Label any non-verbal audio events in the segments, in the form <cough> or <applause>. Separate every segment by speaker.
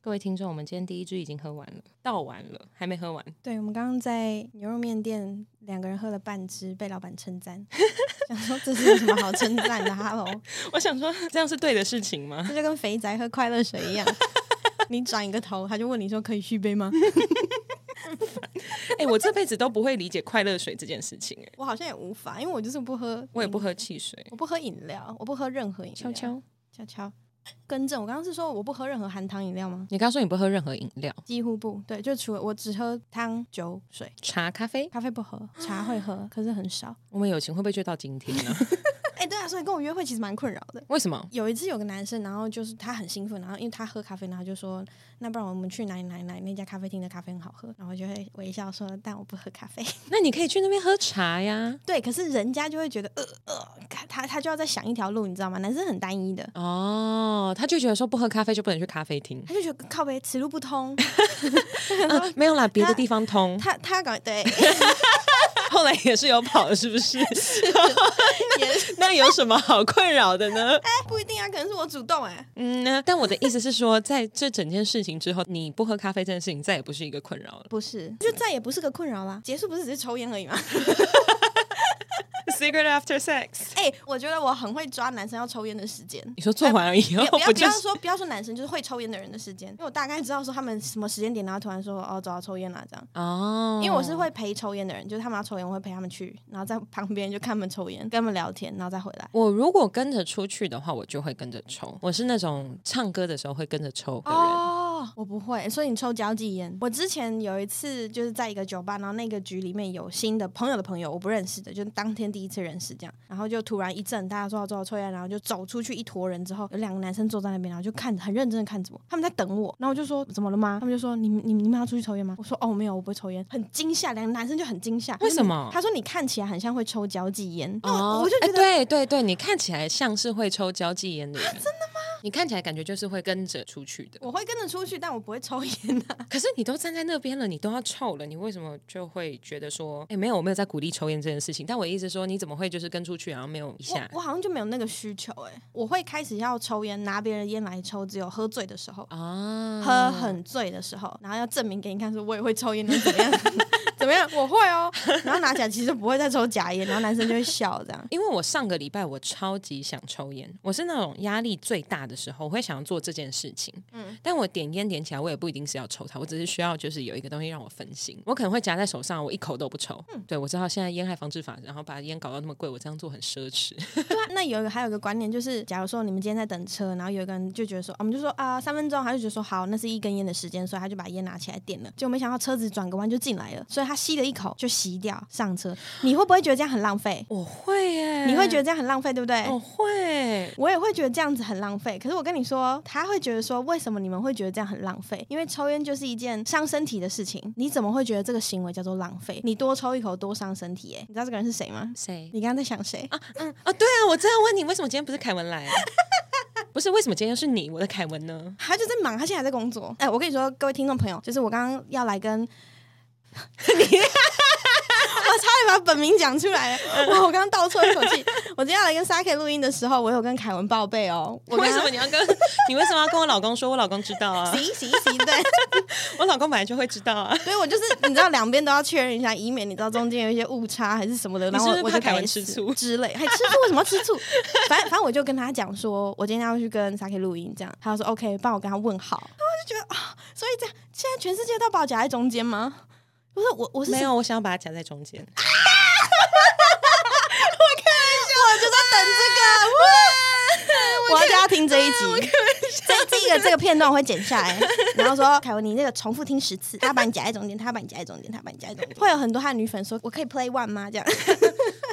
Speaker 1: 各位听众，我们今天第一支已经喝完了，倒完了，还没喝完。
Speaker 2: 对，我们刚刚在牛肉面店，两个人喝了半支，被老板称赞， <laughs> 想说这是有什么好称赞的哈喽，
Speaker 1: 我想说，这样是对的事情吗？
Speaker 2: <laughs> 这就跟肥宅喝快乐水一样， <laughs> 你转一个头，他就问你说可以续杯吗？ <laughs>
Speaker 1: 哎、我这辈子都不会理解快乐水这件事情、哎，
Speaker 2: 我好像也无法，因为我就是不喝，
Speaker 1: 我也不，喝汽水。啊
Speaker 2: 我不喝饮料，我不喝任何饮
Speaker 1: 悄
Speaker 2: 料。
Speaker 1: 悄，
Speaker 2: 悄悄，更正，我刚刚是说我不喝任何含糖饮料吗？
Speaker 1: 你刚说你不喝任何饮料，
Speaker 2: 几乎不对，就除了我只喝汤、酒、水，
Speaker 1: 茶、咖啡。
Speaker 2: 咖啡不喝，茶会喝，可是很少。 <laughs>
Speaker 1: 我们友情会不会就到今天呢？ <laughs>
Speaker 2: 哎、对啊，所以跟我约会其实蛮困扰的。
Speaker 1: 为什么？
Speaker 2: 有一次有个男生，然后就是他很兴奋，然后因为他喝咖啡，然后就说那不然我们去哪里哪里哪里那家咖啡厅的咖啡很好喝，然后我就会微笑说但我不喝咖啡。 <laughs>
Speaker 1: 那你可以去那边喝茶呀。
Speaker 2: 对，可是人家就会觉得呃呃，他他就要再想一条路，你知道吗？男生很单一的，
Speaker 1: 哦，他就觉得说不喝咖啡就不能去咖啡厅。
Speaker 2: 他就觉得靠呗，此路不通。 <laughs>
Speaker 1: 啊，没有啦，别的地方通。
Speaker 2: 他他搞对 <laughs>
Speaker 1: <laughs> 后来也是有跑，是不 <laughs> 是？
Speaker 2: 也是
Speaker 1: 那有什么好困扰的呢？
Speaker 2: 不一定啊，可能是我主动哎、
Speaker 1: 嗯呢，但我的意思是说，在这整件事情之后，你不喝咖啡这件事情再也不是一个困扰了。
Speaker 2: 不是，就再也不是个困扰啦。结束不是只是抽烟而已吗？
Speaker 1: Secret after sex，
Speaker 2: <laughs> 哎、我觉得我很会抓男生要抽烟的时间。
Speaker 1: 你说做完以后
Speaker 2: 哎也
Speaker 1: <laughs>
Speaker 2: 不
Speaker 1: 不
Speaker 2: 要不
Speaker 1: 就
Speaker 2: 要
Speaker 1: 是
Speaker 2: 说不要说男生，就是会抽烟的人的时间，因为我大概知道说他们什么时间点，然后突然说哦走啊抽烟啦这样。
Speaker 1: 哦？
Speaker 2: 因为我是会陪抽烟的人，就是他们要抽烟，我会陪他们去，然后在旁边就看他们抽烟，跟他们聊天，然后再回来。
Speaker 1: 我如果跟着出去的话，我就会跟着抽。我是那种唱歌的时候会跟着抽的人。
Speaker 2: 哦，我不会，所以你抽交际烟。我之前有一次就是在一个酒吧，然后那个局里面有新的朋友的朋友，我不认识的，就是当天第一次认识这样，然后就突然一阵大家说要抽抽烟，然后就走出去一坨人之后，有两个男生坐在那边，然后就看很认真的看着我，他们在等我，然后我就说怎么了吗？他们就说你们你们你们要出去抽烟吗？我说哦没有，我不会抽烟，很惊吓，两个男生就很惊吓，
Speaker 1: <laughs> 为什么
Speaker 2: 他说你看起来很像会抽交际烟，
Speaker 1: 哦
Speaker 2: 哦，我就
Speaker 1: 哎
Speaker 2: 觉得。啊
Speaker 1: 对对对，你看起来像是会抽交际烟的人、真的吗？你看起来感觉就是会跟着出去的。
Speaker 2: 我会跟着出去，但我不会抽烟啊。
Speaker 1: 可是你都站在那边了，你都要臭了，你为什么就会觉得说，哎、没有，我没有在鼓励抽烟这件事情。但我的意思是说，你怎么会就是跟出去，然后没有一下
Speaker 2: 我我好像就没有那个需求哎、我会开始要抽烟，拿别人的烟来抽，只有喝醉的时候，
Speaker 1: 啊？
Speaker 2: 喝很醉的时候，然后要证明给你看，说我也会抽烟，你怎么样？ <laughs> 怎么样？我会哦。然后拿起来其实不会再抽假烟，然后男生就会笑这样。
Speaker 1: 因为我上个礼拜我超级想抽烟，我是那种压力最大的时候，我会想要做这件事情。嗯，但我点烟点起来，我也不一定是要抽它，我只是需要就是有一个东西让我分心。我可能会夹在手上，我一口都不抽。对我知道现在烟害防治法，然后把烟搞到那么贵，我这样做很奢侈。
Speaker 2: 对啊，那有一个还有一个观念就是，假如说你们今天在等车，然后有一个人就觉得说，啊我们就说啊、三分钟，他就觉得说好，那是一根烟的时间，所以他就把烟拿起来点了，结果没想到车子转个弯就进来了，所以他吸了一口就吸掉上车。你会不会觉得这样很浪费？
Speaker 1: 我会 <laughs> 耶，
Speaker 2: 你会觉得这样很浪费，对不对？
Speaker 1: 我会？
Speaker 2: 我也会觉得这样子很浪费。可是我跟你说，他会觉得说，为什么你们会觉得这样很浪费？因为抽烟就是一件伤身体的事情，你怎么会觉得这个行为叫做浪费？你多抽一口多伤身体、欸，你知道这个人是谁吗？
Speaker 1: 谁？
Speaker 2: 你刚刚在想谁？
Speaker 1: 哦，对啊，我正要问你，为什么今天不是凯文来、啊？ <laughs> 不是，为什么今天是你，我的凯文呢？
Speaker 2: 他就在忙，他现在还在工作。哎、我跟你说，各位听众朋友，就是我刚刚要来跟 <laughs> 你，我差点把本名讲出来了，我我刚刚倒错一口气。我今天要来跟 Saki 录音的时候，我有跟凯文报备哦。我
Speaker 1: 为什么你要跟 <laughs> 你为什么要跟我老公说？我老公知道啊，
Speaker 2: 行行行，对。
Speaker 1: 我老公本来就会知道啊。 <laughs>
Speaker 2: 所以我就是你知道两边都要确认一下，以免你知道中间有一些误差还是什么的，
Speaker 1: 你
Speaker 2: 然
Speaker 1: 是
Speaker 2: 后
Speaker 1: 不是
Speaker 2: 我
Speaker 1: 怕
Speaker 2: 就
Speaker 1: 凯文
Speaker 2: 改
Speaker 1: 吃
Speaker 2: 死
Speaker 1: 醋
Speaker 2: 之类。还吃醋为什么要吃醋？ <laughs> 反正反正我就跟他讲说，我今天要去跟 Saki 录音，这样他就说 OK，帮我跟他问好。然后我就觉得啊，所以这样现在全世界都把我夹在中间吗？不是我，我是
Speaker 1: 没有，我想要把它夹在中间。
Speaker 2: 啊个片段我会剪下来，然后说凯文，你那个重复听十次，他把你夹在中间，他把你夹在中间，他把你夹在中间，会有很多他的女粉说，我可以 play one 吗？这 <laughs> 样，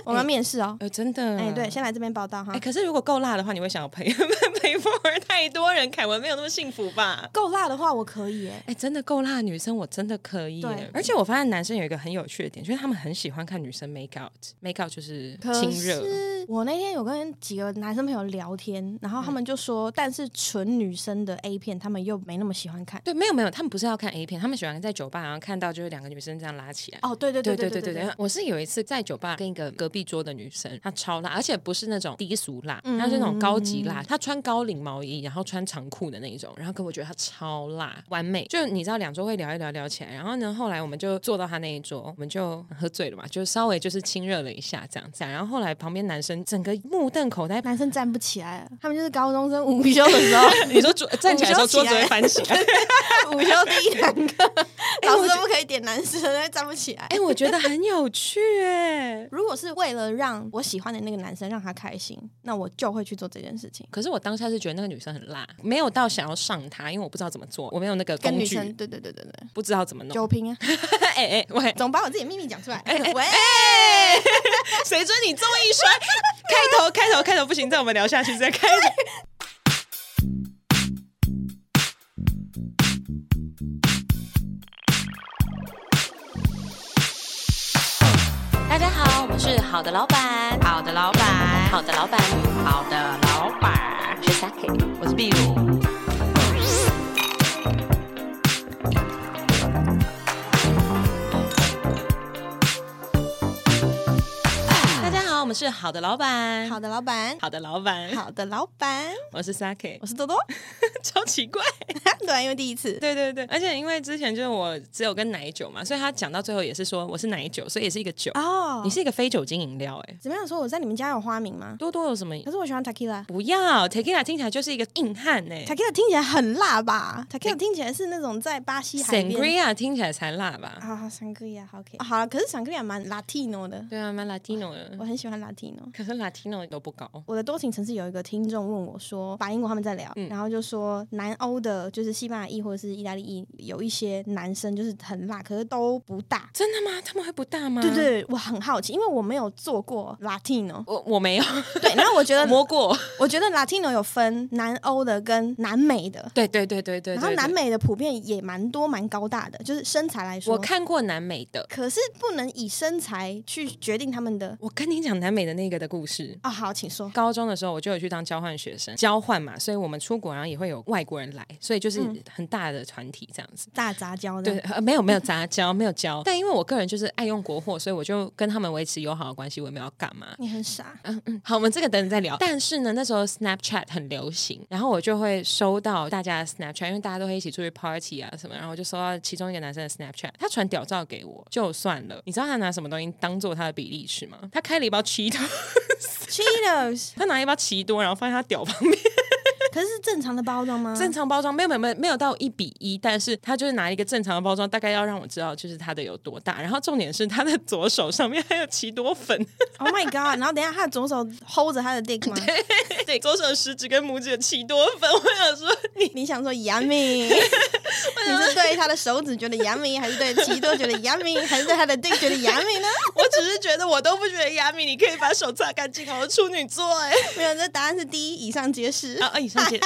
Speaker 2: 我们要面试哦。
Speaker 1: 呃，真的，
Speaker 2: 哎、对，先来这边报道哈
Speaker 1: 哎、。可是如果够辣的话，你会想要陪 <laughs> 陪 f o 太多人，凯文没有那么幸福吧？
Speaker 2: 够辣的话，我可以哎、
Speaker 1: 哎、真的够辣的女生，我真的可以耶
Speaker 2: 对。
Speaker 1: 而且我发现男生有一个很有趣的点，就是他们很喜欢看女生 make out，make out 就是亲
Speaker 2: 可
Speaker 1: 热。
Speaker 2: 是我那天有跟几个男生朋友聊天，然后他们就说，但是纯女生的 A 片，他们又没那么喜欢看。
Speaker 1: 对，没有没有，他们不是要看 A 片，他们喜欢在酒吧，然后看到就是两个女生这样拉起来。
Speaker 2: 哦，对对
Speaker 1: 对
Speaker 2: 对
Speaker 1: 对对
Speaker 2: 对
Speaker 1: 对，我是有一次在酒吧跟一个隔壁桌的女生，她超辣，而且不是那种低俗辣，她是那种高级
Speaker 2: 嗯
Speaker 1: 辣，她穿高领毛衣，然后穿长裤的那一种，然后可我觉得她超辣，完美。就你知道两桌会聊一聊聊起来，然后呢，后来我们就坐到她那一桌，我们就喝醉了嘛，就稍微就是亲热了一下这样子啊，然后后来旁边男生整个目瞪口呆。
Speaker 2: 男生站不起来了，他们就是高中生午休的时候，
Speaker 1: 你
Speaker 2: <laughs>
Speaker 1: 说桌站起来的时候，桌子会翻起来。
Speaker 2: 午休第一堂课，老师都不可以点男生，他站不起来。
Speaker 1: 哎、我觉得很有趣哎、
Speaker 2: 如果是为了让我喜欢的那个男生让他开心，那我就会去做这件事情。
Speaker 1: 可是我当下是觉得那个女生很辣，没有到想要上她，因为我不知道怎么做，我没有那个
Speaker 2: 跟
Speaker 1: 工
Speaker 2: 女生，
Speaker 1: 具，
Speaker 2: 对对对对对，
Speaker 1: 不知道怎么弄。
Speaker 2: 酒瓶啊，
Speaker 1: <laughs> 哎哎喂，
Speaker 2: 总把我自己的秘密讲出
Speaker 1: 哎
Speaker 2: 来。 <laughs> 喂，
Speaker 1: <laughs> 谁准你这么一摔？开 <laughs> 头开头开头不行，再我们聊下去再开头。
Speaker 3: 大家好，我们是好的老板，好的老板，好的老板，好的老板。我是 Saki，我是壁炉。
Speaker 1: <laughs> 大家好，我们是好的老板，
Speaker 2: 好的老板，
Speaker 1: 好的老板，
Speaker 2: 好的老板，
Speaker 1: 我是 Saki，
Speaker 2: 我是
Speaker 1: <laughs>
Speaker 2: 多多。
Speaker 1: 超奇怪。
Speaker 2: 对，因为第一次，
Speaker 1: 对对对，而且因为之前就是我只有跟奶酒嘛，所以他讲到最后也是说我是奶酒，所以也是一个酒。
Speaker 2: 哦，
Speaker 1: 你是一个非酒精饮料哎、
Speaker 2: 怎么样说？我在你们家有花名吗？
Speaker 1: 多多有什么？
Speaker 2: 可是我喜欢 tequila。
Speaker 1: 不要 Tequila 听起来就是一个硬汉哎、
Speaker 2: tequila 听起来很辣吧？tequila 听起来是那种在巴西海边
Speaker 1: Sangria 听起来才辣吧？
Speaker 2: 啊，香格里亚好 OK。好了，可是香格里亚蛮 Latino 的，
Speaker 1: 对啊，蛮 Latino 的
Speaker 2: 我。很喜欢 Latino。
Speaker 1: 可是 Latino 都不高，
Speaker 2: 我的多情城市有一个听众问我说，把英国他们在聊，
Speaker 1: 嗯
Speaker 2: 然后就说南欧的，就是西班牙裔或者是意大利裔，有一些男生就是很辣，可是都不大。
Speaker 1: 真的吗？他们会不大吗？。
Speaker 2: 对，对，我很好奇，因为我没有做过 Latino
Speaker 1: 我我没有
Speaker 2: 对，然后我
Speaker 1: <laughs>
Speaker 2: 觉得，
Speaker 1: 摸过。
Speaker 2: 我觉得 Latino 有分南欧的跟南美的，
Speaker 1: 对对对对对对
Speaker 2: 然后
Speaker 1: 对
Speaker 2: 南美的普遍也蛮多蛮高大的，就是身材来说。
Speaker 1: 我看过南美的，
Speaker 2: 可是不能以身材去决定他们的
Speaker 1: 我跟你讲南美的那个的故事。
Speaker 2: 哦。好，请说。
Speaker 1: 高中的时候，我就有去当交换学生，交换嘛，所以我们出国，然后也会有外国人来，所以就是
Speaker 2: 嗯
Speaker 1: 很大的团体这样子。
Speaker 2: 大杂交的，
Speaker 1: 对，呃没有没有杂交，没有交。但因为我个人就是爱用国货，所以我就跟他们维持友好的关系，我也没有要干嘛。
Speaker 2: 你很傻。
Speaker 1: 好，我们这个等等再聊。但是呢，那时候 Snapchat 很流行，然后我就会收到大家的 Snapchat，因为大家都会一起出去 party 啊什么，然后我就收到其中一个男生的 Snapchat，他传屌照给我，就算了。你知道他拿什么东西当做他的比例尺吗？他开了一包奇多，
Speaker 2: Cheetos，
Speaker 1: 他拿一包奇多，然后放在他屌旁边，
Speaker 2: 可是是正常的包装吗？
Speaker 1: <laughs> 正常包装，没有没有没有没有到一比一，但是他就是拿一个正常的包装，大概要让我知道就是他的有多大。然后重点是他的 <laughs> 左手上面还有奇多粉， <laughs>
Speaker 2: Oh my god！然后等一下，他的左手 hold 着他的 dick 吗？
Speaker 1: 对，左手食指跟拇指有奇多粉，我想说你
Speaker 2: 你想
Speaker 1: <laughs>
Speaker 2: 说 yummy？你是对他的手指觉得 yummy，还是对奇多觉得 yummy，还是对他的 dick 觉得 yummy 呢？
Speaker 1: 我只是觉得我都不觉得亚米，你可以把手擦干净，好处女座哎、
Speaker 2: 没有，这答案是第一，以上皆是
Speaker 1: 啊。啊！以上 <laughs> 姐，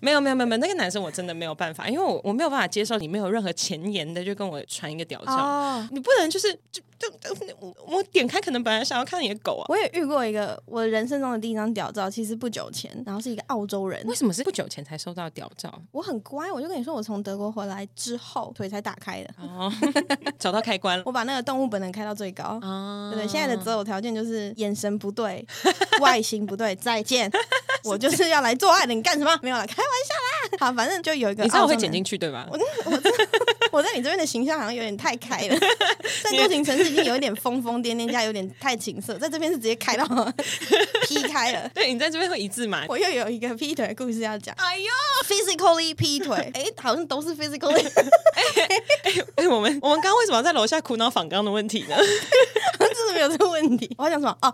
Speaker 1: 没有没有没有没有，那个男生我真的没有办法，因为我我没有办法接受你没有任何前言的就跟我传一个屌照，
Speaker 2: 哦，
Speaker 1: 你不能就是就就就我我点开可能本来想要看你的狗啊，
Speaker 2: 我也遇过一个我人生中的第一张屌照，其实不久前，然后是一个澳洲人，
Speaker 1: 为什么是不久前才收到屌 <laughs> 照？
Speaker 2: 我很乖，我就跟你说，我从德国回来之后腿才打开的，
Speaker 1: 哦，找到开关了
Speaker 2: 我把那个动物本能开到最高。
Speaker 1: 啊
Speaker 2: 对不对，现在的择偶条件就是眼神不对，外形不对，再见。我就是要来做爱的，你干什么？没有啦，开玩笑啦。好，反正就有一个，
Speaker 1: 你知道我会剪进，去对吧？
Speaker 2: 我在你这边的形象好像有点太开
Speaker 1: <laughs>
Speaker 2: 了，在多情城市已经有一点疯疯癫癫，加有点太情色，在这边是直接开到 <laughs> 劈开了。
Speaker 1: 对你在这边会一字嘛？
Speaker 2: 我又有一个劈腿的故事要讲
Speaker 1: 哎呦，
Speaker 2: ，physically 劈腿，哎、好像都是 physically，
Speaker 1: 哎、我们我们刚刚为什么要在楼下苦恼仿刚的问题呢？
Speaker 2: 真的没有这个问题。我要讲什么？哦，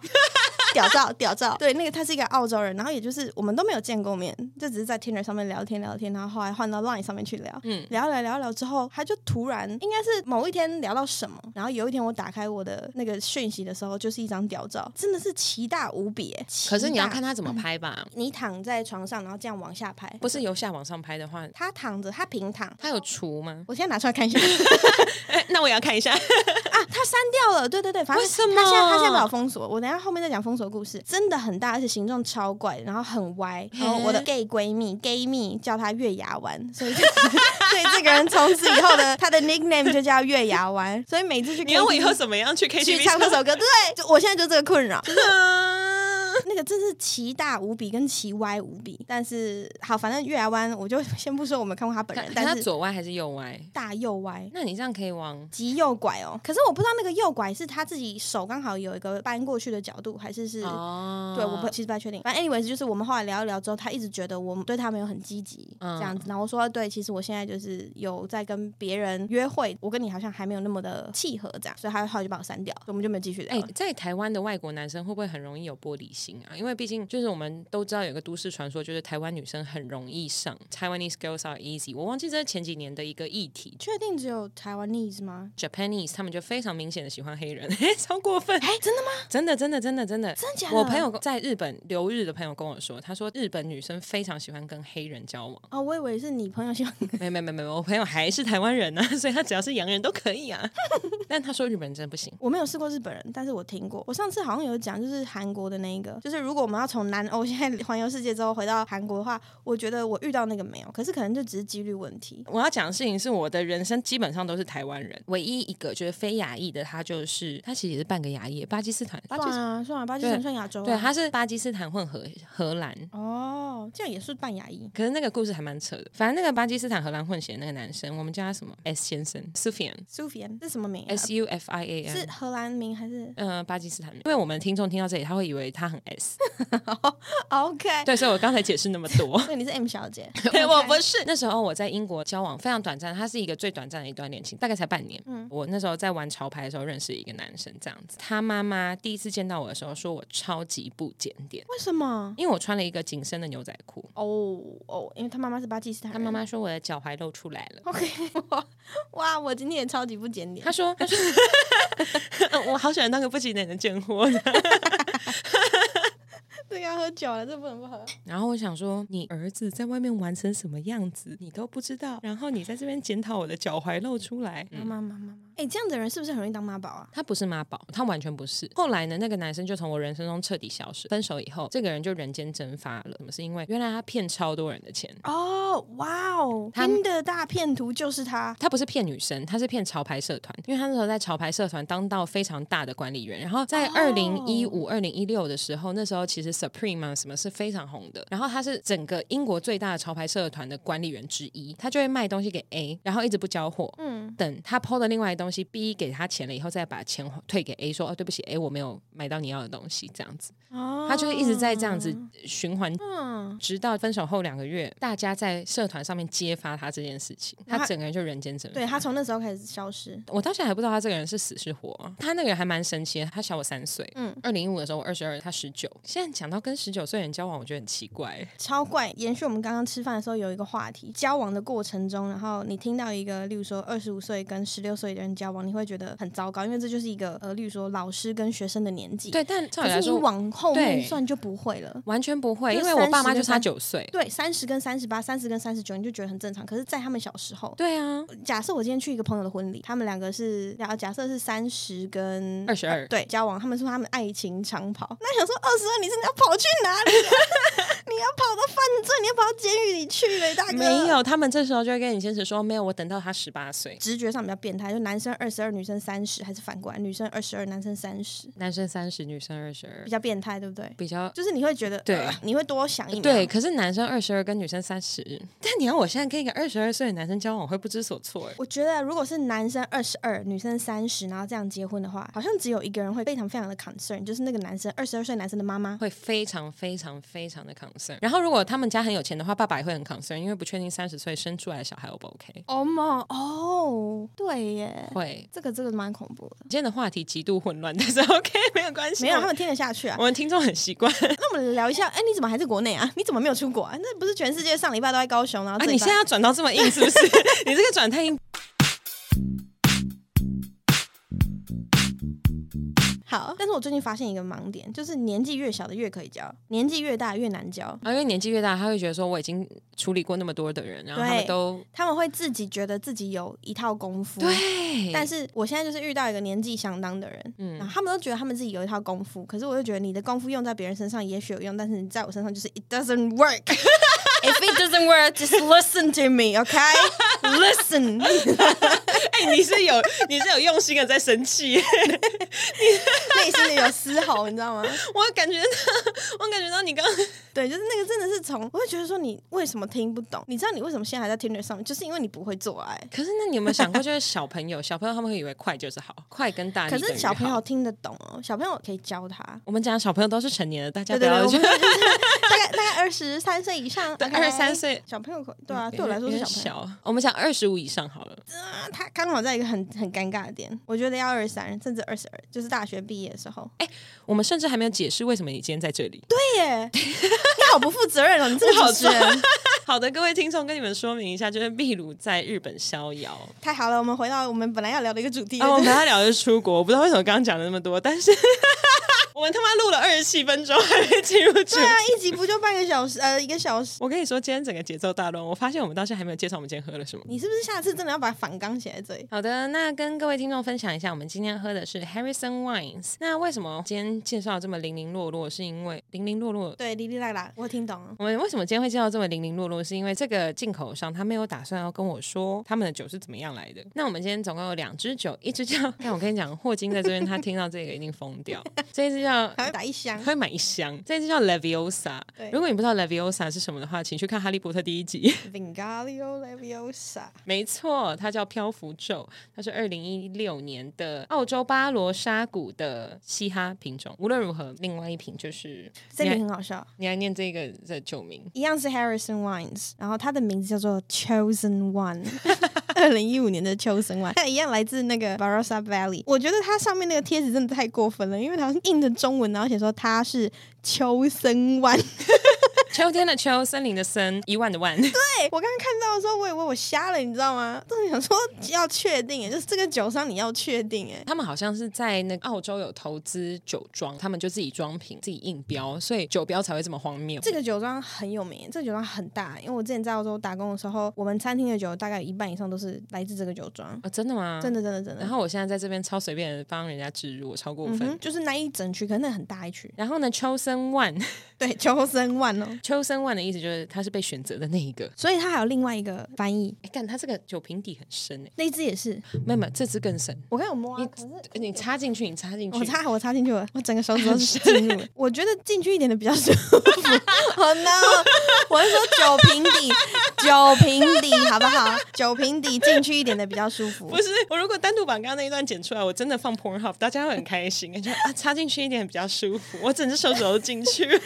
Speaker 2: 屌照屌照。 <laughs> 对，那个他是一个澳洲人，然后也就是我们都没有见过面，就只是在 Tinder 上面聊天聊天，然后后来换到 Line 上面去聊，
Speaker 1: 嗯
Speaker 2: 聊一聊聊一聊之后，他就突然应该是某一天聊到什么，然后有一天我打开我的那个讯息的时候，就是一张屌照，真的是奇大无比、欸。
Speaker 1: 可是你要
Speaker 2: 奇大
Speaker 1: 看他怎么拍吧，
Speaker 2: 你躺在床上，然后这样往下拍，
Speaker 1: 不是由下往上拍的话，
Speaker 2: 他躺着，他平躺。
Speaker 1: 他有除吗？
Speaker 2: 我现在拿出来看一下
Speaker 1: 哎，那我也要看一下。
Speaker 2: 啊，他删掉了，对对对，反正
Speaker 1: 为什么
Speaker 2: 他现在他现在把我封锁，我等一下后面再讲封锁故事，真的很大，而且形状超怪，然后很歪，然后我的 gay 闺蜜 gay 蜜叫他月牙湾，所以这 <laughs> 所以这个人从此以后的他的 nickname 就叫月牙湾，所以每次去
Speaker 1: 你要我
Speaker 2: KTV
Speaker 1: 以后怎么样去
Speaker 2: 去
Speaker 1: KTV
Speaker 2: 唱这首歌，对，就我现在就这个困扰，
Speaker 1: 歌？ <laughs> 啊
Speaker 2: 那个真是奇大无比跟奇歪无比，但是好，反正月牙湾我就先不说我们看过他本
Speaker 1: 他
Speaker 2: 人，
Speaker 1: 他
Speaker 2: 但是
Speaker 1: 左歪还是右歪？
Speaker 2: 大右歪。
Speaker 1: 那你这样可以往
Speaker 2: 极右拐哦，可是我不知道那个右拐是他自己手刚好有一个搬过去的角度，还是是、
Speaker 1: 哦
Speaker 2: 对我不其实不太确定。反正 anyways 就是我们后来聊一聊之后，他一直觉得我们对他没有很积极、
Speaker 1: 嗯
Speaker 2: 这样子，然后我说对，其实我现在就是有在跟别人约会，我跟你好像还没有那么的契合这样，所以他后来就把我删掉，所以我们就没有继续聊
Speaker 1: 哎、
Speaker 2: 了。
Speaker 1: 在台湾的外国男生会不会很容易有玻璃心啊？因为毕竟就是我们都知道有个都市传说，就是台湾女生很容易上 Taiwanese girls are easy。我忘记这是前几年的一个议题。
Speaker 2: 确定只有台湾 needs 吗？
Speaker 1: Japanese 他们就非常明显的喜欢黑人， <laughs> 超过分！
Speaker 2: 哎、真的吗？
Speaker 1: 真的，真的，真的，真的。
Speaker 2: 真的假的？
Speaker 1: 我朋友在日本留日的朋友跟我说，他说日本女生非常喜欢跟黑人交往。
Speaker 2: 哦，我以为是你朋友喜欢。
Speaker 1: 没没没没，我朋友还是台湾人啊，所以他只要是洋人都可以啊。但他说日本人真的不行。
Speaker 2: 我没有试过日本人，但是我听过。我上次好像有讲，就是韩国的那一个，就是如果我们要从南欧 <laughs> 现在环游世界之后回到韩国的话，我觉得我遇到那个没有，可是可能就只是几率问题。
Speaker 1: 我要讲的事情是我的人生基本上都是台湾人，唯一一个就是非亚裔的，他就是他其实也是半个亚裔，巴基斯坦，巴基
Speaker 2: 算
Speaker 1: 斯
Speaker 2: 啊，算啊，巴基斯坦
Speaker 1: 对
Speaker 2: 算亚洲、啊。
Speaker 1: 对，他是巴基斯坦混合荷兰。
Speaker 2: 哦，这样也是半牙医。
Speaker 1: 可是那个故事还蛮扯的，反正那个巴基斯坦荷兰混血的那个男生，我们叫他什么 S 先生 Sufian
Speaker 2: Sufian 这什么名、啊？
Speaker 1: S U F I A
Speaker 2: 是
Speaker 1: N，
Speaker 2: 荷兰名还是 <laughs>
Speaker 1: 呃，巴基斯坦人，因为我们听众听到这里，他会以为他很 S，
Speaker 2: ？OK，
Speaker 1: <laughs> 对，所以我刚才解释那么多。。
Speaker 2: 所以你是 M 小姐
Speaker 1: <laughs> 我不是。那时候我在英国交往非常短暂，它是一个最短暂的一段恋情，大概才半年。我那时候在玩潮牌的时候认识一个男生，这样子。他妈妈第一次见到我的时候说我超级不检点，
Speaker 2: 为什么？
Speaker 1: 因为我穿了一个紧身的牛仔裤。
Speaker 2: 哦哦，因为他妈妈是巴基斯坦
Speaker 1: 他
Speaker 2: 人。
Speaker 1: 妈妈说我的脚踝露出来了。
Speaker 2: OK，哇 <laughs> 哇，我今天也超级不检点
Speaker 1: 他。说：“ <laughs> 他说，我好喜欢当个不检点的贱 <laughs> 货。
Speaker 2: 这个要喝酒了，这不能不喝。”
Speaker 1: 然嗯后我想说， <laughs> 你儿子在外面玩成什么样子，你都不知道，然后你在这边检讨我的脚踝露出来。嗯
Speaker 2: 妈妈妈妈妈，哎、这样的人是不是很容易当妈宝啊？
Speaker 1: 他不是妈宝，他完全不是。后来呢，那个男生就从我人生中彻底消失。分手以后，这个人就人间蒸发了。怎么是因为原来他骗超多人的钱？
Speaker 2: 哦，哇哦，
Speaker 1: 他
Speaker 2: 拼的大骗图就是他。
Speaker 1: 他不是骗女生，他是骗潮牌社团，因为他那时候在潮牌社团当到非常大的管理员。然后在
Speaker 2: 哦
Speaker 1: 二零一五、二零一六的时候，那时候其实 Supreme 啊什么是非常红的。然后他是整个英国最大的潮牌社团的管理员之一，他就会卖东西给 A，然后一直不交货。
Speaker 2: 嗯，
Speaker 1: 等他抛的另外的东西，B 给他钱了以后，再把钱退给 A 说：“哦，对不起，A 我没有买到你要的东西。”这样子。
Speaker 2: 哦
Speaker 1: 他就一直在这样子循环，
Speaker 2: 嗯，
Speaker 1: 直到分手后两个月，大家在社团上面揭发他这件事情，
Speaker 2: 然
Speaker 1: 他
Speaker 2: 后他
Speaker 1: 整个人就人间蒸发。
Speaker 2: 对他从那时候开始消失。
Speaker 1: 我到现在还不知道他这个人是死是活啊、他那个人还蛮神奇的，他小我三岁。
Speaker 2: 嗯，
Speaker 1: 二零一五的时候我二十二，他十九。现在讲到跟十九岁的人交往，我觉得很奇怪。
Speaker 2: 超怪！延续我们刚刚吃饭的时候有一个话题，交往的过程中，然后你听到一个，例如说二十五岁跟十六岁的人交往，你会觉得很糟糕，因为这就是一个呃，例如说老师跟学生的年纪。，
Speaker 1: 对，但照
Speaker 2: 可
Speaker 1: 理
Speaker 2: 是
Speaker 1: 来
Speaker 2: 你
Speaker 1: 说
Speaker 2: 往后面
Speaker 1: 对
Speaker 2: 算就不会了。
Speaker 1: 完全不会，
Speaker 2: 就
Speaker 1: 因为我爸
Speaker 2: 30
Speaker 1: 妈就
Speaker 2: 跟
Speaker 1: 差
Speaker 2: 30
Speaker 1: 九岁。
Speaker 2: 对，三十跟三十八、三十跟三十九，你就觉得很正常。可是，在他们小时候，
Speaker 1: 对啊，
Speaker 2: 假设我今天去一个朋友的婚礼，他们两个是，假假设是三十跟呃
Speaker 1: 二十二。
Speaker 2: 对交往，他们说他们爱情长跑。那想说二十二，你真的要跑去哪里、 <laughs> 啊？你要跑到犯罪，你要跑到监狱里去了，大哥。
Speaker 1: 没，有，他们这时候就会跟你坚持说，没有，我等到他十八岁，
Speaker 2: 直觉上比较变态，就男生二十二，女生三十，还是反过来，女生二十二，男生三十，
Speaker 1: 男生三十，女生二十二
Speaker 2: 比，较变态，对不对？
Speaker 1: 比较
Speaker 2: 就是你会觉得，
Speaker 1: 对
Speaker 2: 呃你会多想一秒。
Speaker 1: 对，，可是男生二十二跟女生三十，但你要我现在跟一个二十二岁的男生交往，我会不知所措哎。
Speaker 2: 我觉得如果是男生二十二，女生三十，然后这样结婚的话，好像只有一个人会非常非常的 concern，就是那个男生二十二岁男生的妈妈。
Speaker 1: 会非常非常非常的 concern。然后如果他们家很有钱的话，爸爸也会很 concern，因为不确定三十岁生出来的小孩 O 不 OK。
Speaker 2: 哦嘛，哦，对耶，
Speaker 1: 会，
Speaker 2: 这个这个蛮恐怖的，
Speaker 1: 今天的话题极度混乱，但是 OK 没有关系，
Speaker 2: 没有他们听得下去啊
Speaker 1: 我。们听众很习惯。
Speaker 2: 那我们聊一下，哎，你怎么还是国内啊？你怎么没有出国啊？那不是全世界上礼拜都在高雄，然后
Speaker 1: 啊，
Speaker 2: 这
Speaker 1: 你
Speaker 2: 礼
Speaker 1: 现
Speaker 2: 拜
Speaker 1: 在要转到这么硬是不 <laughs> 是？你这个转太硬。
Speaker 2: 好，但是我最近发现一个盲点，就是年纪越小的越可以教，年纪越大越难教。
Speaker 1: 啊，因为年纪越大，他会觉得说我已经处理过那么多的人，然后他们
Speaker 2: 对
Speaker 1: 都
Speaker 2: 他们会自己觉得自己有一套功夫，
Speaker 1: 对
Speaker 2: 但是我现在就是遇到一个年纪相当的人，
Speaker 1: 嗯
Speaker 2: 然后他们都觉得他们自己有一套功夫，可是我就觉得你的功夫用在别人身上也许有用，但是你在我身上就是 it doesn't work。If it doesn't work, just listen to me, OK? <laughs> Listen，
Speaker 1: 哎、你是有你是有用心的在生气，
Speaker 2: <laughs> 内心里有嘶吼，你知道吗？ <laughs>
Speaker 1: 我感觉到，我感觉到你刚
Speaker 2: 对，就是那个真的是从，我会觉得说你为什么听不懂？你知道你为什么现在还在 Tinder 上面，就是因为你不会做爱。
Speaker 1: 可是那你有没有想过，就是小朋友，小朋友他们会以为快就是好，快跟大力
Speaker 2: 可
Speaker 1: 等于好。
Speaker 2: 是小朋友听得懂哦，小朋友可以教他。
Speaker 1: 我们讲小朋友都是成年的，大家
Speaker 2: 对
Speaker 1: 不
Speaker 2: 对对，
Speaker 1: 要
Speaker 2: 我
Speaker 1: 去 <laughs>
Speaker 2: 们就是大概大概二十三岁以上，
Speaker 1: 对23岁
Speaker 2: 小朋友可对啊，对我来说
Speaker 1: 有
Speaker 2: 是
Speaker 1: 点
Speaker 2: 小朋友。
Speaker 1: 小。我们讲二十五以上好了，
Speaker 2: 啊他刚好在一个很很尴尬的点，我觉得要二十三，甚至二十二，就是大学毕业的时候。哎、
Speaker 1: 我们甚至还没有解释为什么你今天在这里。
Speaker 2: 对耶，你好不负责任哦，你这个主持人。
Speaker 1: 好的，各位听众，跟你们说明一下，就是秘鲁在日本逍遥。
Speaker 2: 太好了，我们回到我们本来要聊的一个主题。
Speaker 1: 啊，我们要聊的是出国，我不知道为什么刚刚讲了那么多，但是我们他妈录了二十七分钟还没进入主
Speaker 2: 对
Speaker 1: 题。
Speaker 2: 啊，一集不就半个小时，呃，一个小时。
Speaker 1: 我跟你说，今天整个节奏大乱，我发现我们到现在还没有介绍我们今天喝了什么。
Speaker 2: 你是不是下次真的要把反纲写在这里？
Speaker 1: 好的，那跟各位听众分享一下，我们今天喝的是 Harrison Wines。那为什么今天介绍这么零零落落？是因为零零落落。
Speaker 2: 对，哩哩啦啦，我听懂了。
Speaker 1: 我们为什么今天会介绍这么零零落落？是因为这个进口商他没有打算要跟我说他们的酒是怎么样来的。那我们今天总共有两支酒，一支叫……但我跟你讲，霍金在这边他听到这个一定疯掉。这一支叫
Speaker 2: 还会打一箱
Speaker 1: 他，会买一箱，这一支叫 Leviosa
Speaker 2: 对。
Speaker 1: 如果你不知道 Leviosa 是什么的话，请去看《哈利波特》第一集。
Speaker 2: Vingalio Leviosa。
Speaker 1: 没错，它叫漂浮咒，它是二零一六年的澳洲巴罗沙谷的嘻哈品种。无论如何，另外一瓶就是
Speaker 2: 这
Speaker 1: 你
Speaker 2: 个
Speaker 1: 来
Speaker 2: 很好笑，
Speaker 1: 你来念这个的酒名。 <laughs>
Speaker 2: 一样是 Harrison Wines，然后它的名字叫做
Speaker 1: <laughs>
Speaker 2: Chosen One，二零一五年的 Chosen One，它一样来自那个 Barossa Valley。我觉得它上面那个贴纸真的太过分了，因为它印着中文，然后写说它是秋森湾。
Speaker 1: 秋天的秋，森林的森，一万的万。 <laughs>
Speaker 2: 对我刚刚看到的时候，我以为我瞎了，你知道吗？就是想说要确定，就是这个酒商你要确定，哎，
Speaker 1: 他们好像是在那个澳洲有投资酒庄，他们就自己装瓶，自己印标，所以酒标才会这么荒谬。
Speaker 2: 这个酒庄很有名，这个酒庄很大，因为我之前在澳洲打工的时候，我们餐厅的酒大概有一半以上都是来自这个酒庄，
Speaker 1: 啊，真的吗？
Speaker 2: 真。的真的真的。
Speaker 1: 然后我现在在这边超随便地帮人家植入，我超过
Speaker 2: 嗯
Speaker 1: 分。
Speaker 2: 哼，就是那一整区，可能那很大一区。
Speaker 1: 然后呢，秋生万， <laughs>
Speaker 2: 对，秋生万哦。
Speaker 1: 秋生万的意思就是他是被选择的那一个。
Speaker 2: 所以它还有另外一个翻译，
Speaker 1: 哎，干，他这个酒瓶底很深哎、
Speaker 2: 那一只也是。
Speaker 1: 没有没有，这支更深。
Speaker 2: 我刚有摸啊、
Speaker 1: 你
Speaker 2: 可是
Speaker 1: 呃你插进去，你插进去，
Speaker 2: 我插我插进去了，我整个手指都是进入了。 <laughs> 我觉得进去一点的比较舒 <laughs> 服。oh <laughs> no！我是说酒瓶底，酒瓶底好不好？酒瓶底进去一点的比较舒服
Speaker 1: 不。是我。如果单独把刚刚那一段剪出来，我真的放 Pornhub，大家会很开心，感觉啊插进去一点比较舒服。我整只手指头都进去了，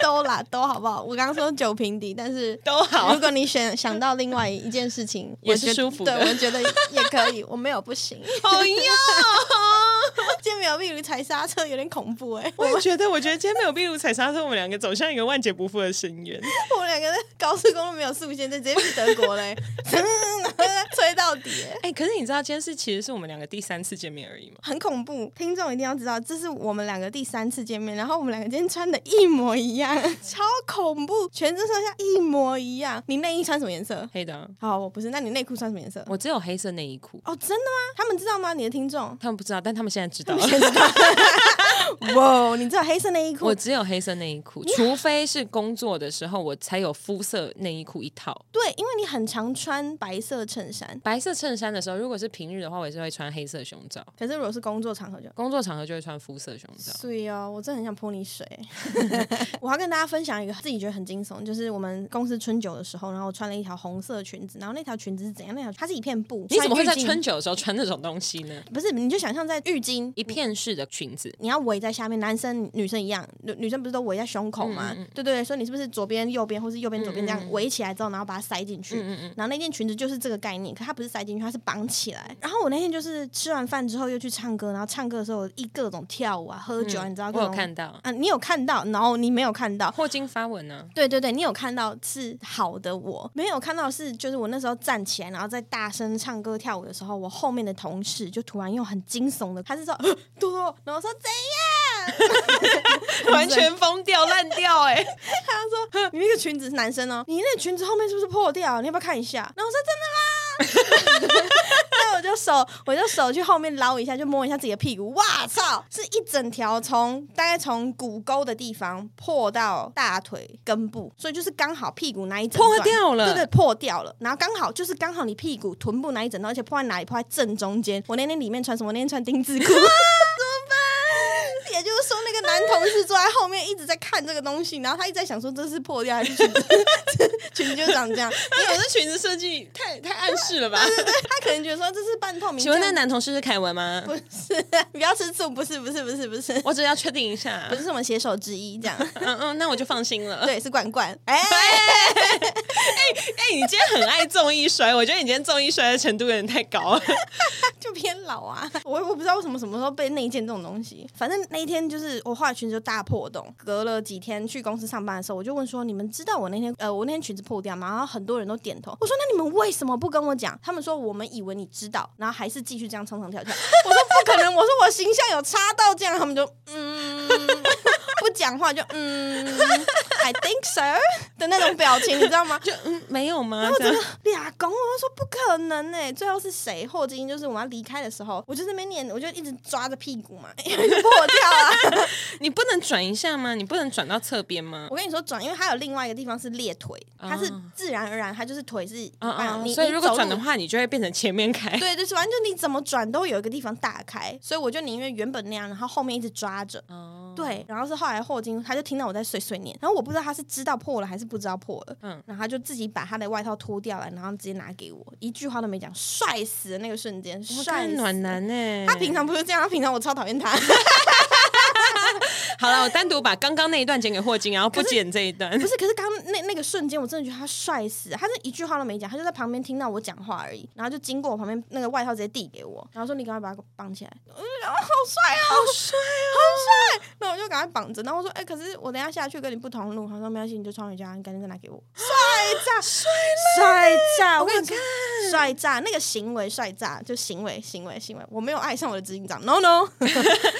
Speaker 2: 都啦都好不好？我刚刚说酒瓶底，但是
Speaker 1: 都好
Speaker 2: 如。果你想想到另外一件事情，
Speaker 1: 也
Speaker 2: 我
Speaker 1: 是
Speaker 2: 觉得
Speaker 1: 舒服的
Speaker 2: 对，我觉得也可以。我没有不 <laughs> 行。
Speaker 1: <laughs> 好呀，
Speaker 2: 今天没有避雨踩刹车，有点恐怖哎、
Speaker 1: <laughs> 我也觉得，我觉得今天没有壁炉踩刹车，我们两个走向一个万劫不复的深渊。
Speaker 2: <laughs> 我们两个在高速公路没有速限，就直接去德国 <laughs> 嘞、然后吹到底、欸，
Speaker 1: 哎、可是你知道，今天是其实是我们两个第三次见面而已吗？
Speaker 2: 很恐怖。听众一定要知道，这是我们两个第三次见面，然后我们两个今天穿的一模一样， <laughs> 超恐怖，全身上下一模一样。你内衣穿什么颜色？
Speaker 1: 黑的啊、
Speaker 2: 好，我不是。那你内裤穿什么颜色？
Speaker 1: 我只有黑色内衣裤，？
Speaker 2: 哦，真的吗？他们知道吗？你的听众 <laughs>
Speaker 1: 他们不知道，但他们现在知道了。 <laughs>
Speaker 2: 哇，你知道黑色内衣裤
Speaker 1: 我？只有黑色内衣裤，除非是工作的时候，我才有肤色内衣裤一套。
Speaker 2: 对，因为你很常穿白色衬衫，
Speaker 1: 白色衬衫的时候，如果是平日的话，我也是会穿黑色胸罩；
Speaker 2: 可是如果是工作场合就
Speaker 1: 工作场合就会穿肤色胸罩。
Speaker 2: 对哦，我真的很想泼你水。 <laughs> 我要跟大家分享一个自己觉得很惊悚，就是我们公司春酒的时候，然后我穿了一条红色的裙子，然后那条裙子是怎样？那条它是一片布，
Speaker 1: 你怎么会在
Speaker 2: 穿浴巾
Speaker 1: 春？酒的时候穿那种东西呢？嗯
Speaker 2: 不是，你就想象在浴巾，
Speaker 1: 一片式的裙子，
Speaker 2: 你要围在下下面，男生女生一样，女女生不是都围在胸口吗？
Speaker 1: 嗯嗯嗯
Speaker 2: 对对对，所以你是不是左边右边，或是右边左边这
Speaker 1: 嗯嗯嗯
Speaker 2: 样围起来之后，然后把它塞进去？
Speaker 1: 嗯嗯嗯，
Speaker 2: 然后那件裙子就是这个概念，可它不是塞进去，它是绑起来。然后我那天就是吃完饭之后又去唱歌，然后唱歌的时候一各种跳舞啊、喝酒啊，
Speaker 1: 嗯
Speaker 2: 你知道各
Speaker 1: 我有
Speaker 2: 种
Speaker 1: 看到
Speaker 2: 啊，你有看到，然后你没有看到。
Speaker 1: 霍金发文啊呢、
Speaker 2: 对对对，你有看到是好的我，没有看到是就是我那时候站起来，然后在大声唱歌跳舞的时候，我后面的同事就突然用很惊悚的，他是说 <gasps> 呃多多，然后说怎
Speaker 1: <laughs> 完 <laughs> 全疯掉烂掉哎、
Speaker 2: 样？你那个裙子是男生哦，你那个裙子后面是不是破掉？你要不要看一下？然后我说真的吗？然后 <laughs> 我就手我就手去后面捞一下，就摸一下自己的屁股，哇操，是一整条从大概从骨沟的地方破到大腿根部，所以就是刚好屁股那一整
Speaker 1: <laughs> 破
Speaker 2: 段
Speaker 1: 掉了，
Speaker 2: 对对，破掉了，然后刚好就是刚好你屁股、臀部那一整段，而且破在哪里？破在正中间。我那天里面穿什么？我那天穿丁
Speaker 1: <laughs>
Speaker 2: 字裤，怎么办？也就是说，那个男同事坐在后面一直在看这个东西，然后他一直在想说这是破掉还是裙 <laughs> 子，裙子就长这样。
Speaker 1: 哎，我这裙子设计太太暗示了吧？ <laughs>
Speaker 2: 他可能觉得说这是半透明。
Speaker 1: 请问那
Speaker 2: 这样
Speaker 1: 男同事是凯文吗？
Speaker 2: 不是？不要吃醋，不是，不是，不是，不是，
Speaker 1: 我只要确定一下
Speaker 2: 不。是什么写手之一这样。
Speaker 1: 嗯嗯，那我就放心了。
Speaker 2: 对，是冠冠。哎、
Speaker 1: 哎、你今天很爱综艺摔，我觉得你今天综艺摔的程度有点太高了。
Speaker 2: <laughs> 就偏老啊。我我不知道为什么什么时候被内建这种东西，反正那一天就是我画的裙子就大破洞。隔了几天去公司上班的时候，我就问说：“你们知道我那天呃我那天裙子破掉吗？”然后很多人都点头。我说：“那你们为什么不跟我讲？”他们说：“我们以为你知道，然后还是继续这样蹭蹭跳跳。” <laughs> 我说：“不可能！”我说：“我形象有差到这样。”他们就嗯。 <laughs> 不讲话就嗯，I think so 的那种表情，你知道吗？
Speaker 1: 就嗯，没有吗？
Speaker 2: 我
Speaker 1: 这
Speaker 2: 真
Speaker 1: 样
Speaker 2: 的俩公，我就说不可能哎、最后是谁？霍金就是我们要离开的时候，我就在那边念，我就一直抓着屁股嘛， <laughs> 因为就破掉啊。 <laughs>
Speaker 1: 你不能转一下吗？你不能转到侧边吗？
Speaker 2: 我跟你说转，因为它有另外一个地方是裂腿，它是
Speaker 1: 啊
Speaker 2: 自然而然，它就是腿是一
Speaker 1: 啊
Speaker 2: 半
Speaker 1: 啊！
Speaker 2: 你
Speaker 1: 所以
Speaker 2: 你
Speaker 1: 如果
Speaker 2: 走
Speaker 1: 转
Speaker 2: 路
Speaker 1: 的话，哎你就会变成前面开。
Speaker 2: 对对，就是反正就你怎么转都有一个地方打开，所以我就宁愿原本那样，然后后面一直抓着。
Speaker 1: <laughs> 哦，
Speaker 2: 对，然后是后来霍金，他就听到我在碎碎念，然后我不知道他是知道破了还是不知道破了，
Speaker 1: 嗯
Speaker 2: 嗯，然后他就自己把他的外套脱掉了，然后直接拿给我，一句话都没讲，帅死的那个瞬间，
Speaker 1: 哇，
Speaker 2: 帅
Speaker 1: 帅
Speaker 2: 死
Speaker 1: 哦暖。男欸呢、
Speaker 2: 他平常不是这样，他平常我超讨厌他，
Speaker 1: 好了，我单独把刚刚那一段剪给霍金，然后不剪这一段。
Speaker 2: 不是，可是刚刚那那个瞬间，我真的觉得他帅死了，他是一句话都没讲，他就在旁边听到我讲话而已，然后就经过我旁边，那个外套直接递给我，然后说你赶快把它绑起来，我就觉得哦好帅啊，好帅啊，好帅，那我就赶快绑着，然后我说哎、可是我等一下下去跟你不同路，他说没关系，你就穿回家，你赶紧再拿给我，帅炸，帅，Oh 帅炸，我跟你说，帅炸，那个行为帅炸，就行为行为行为，我没有爱上我的执行长，no <laughs> no，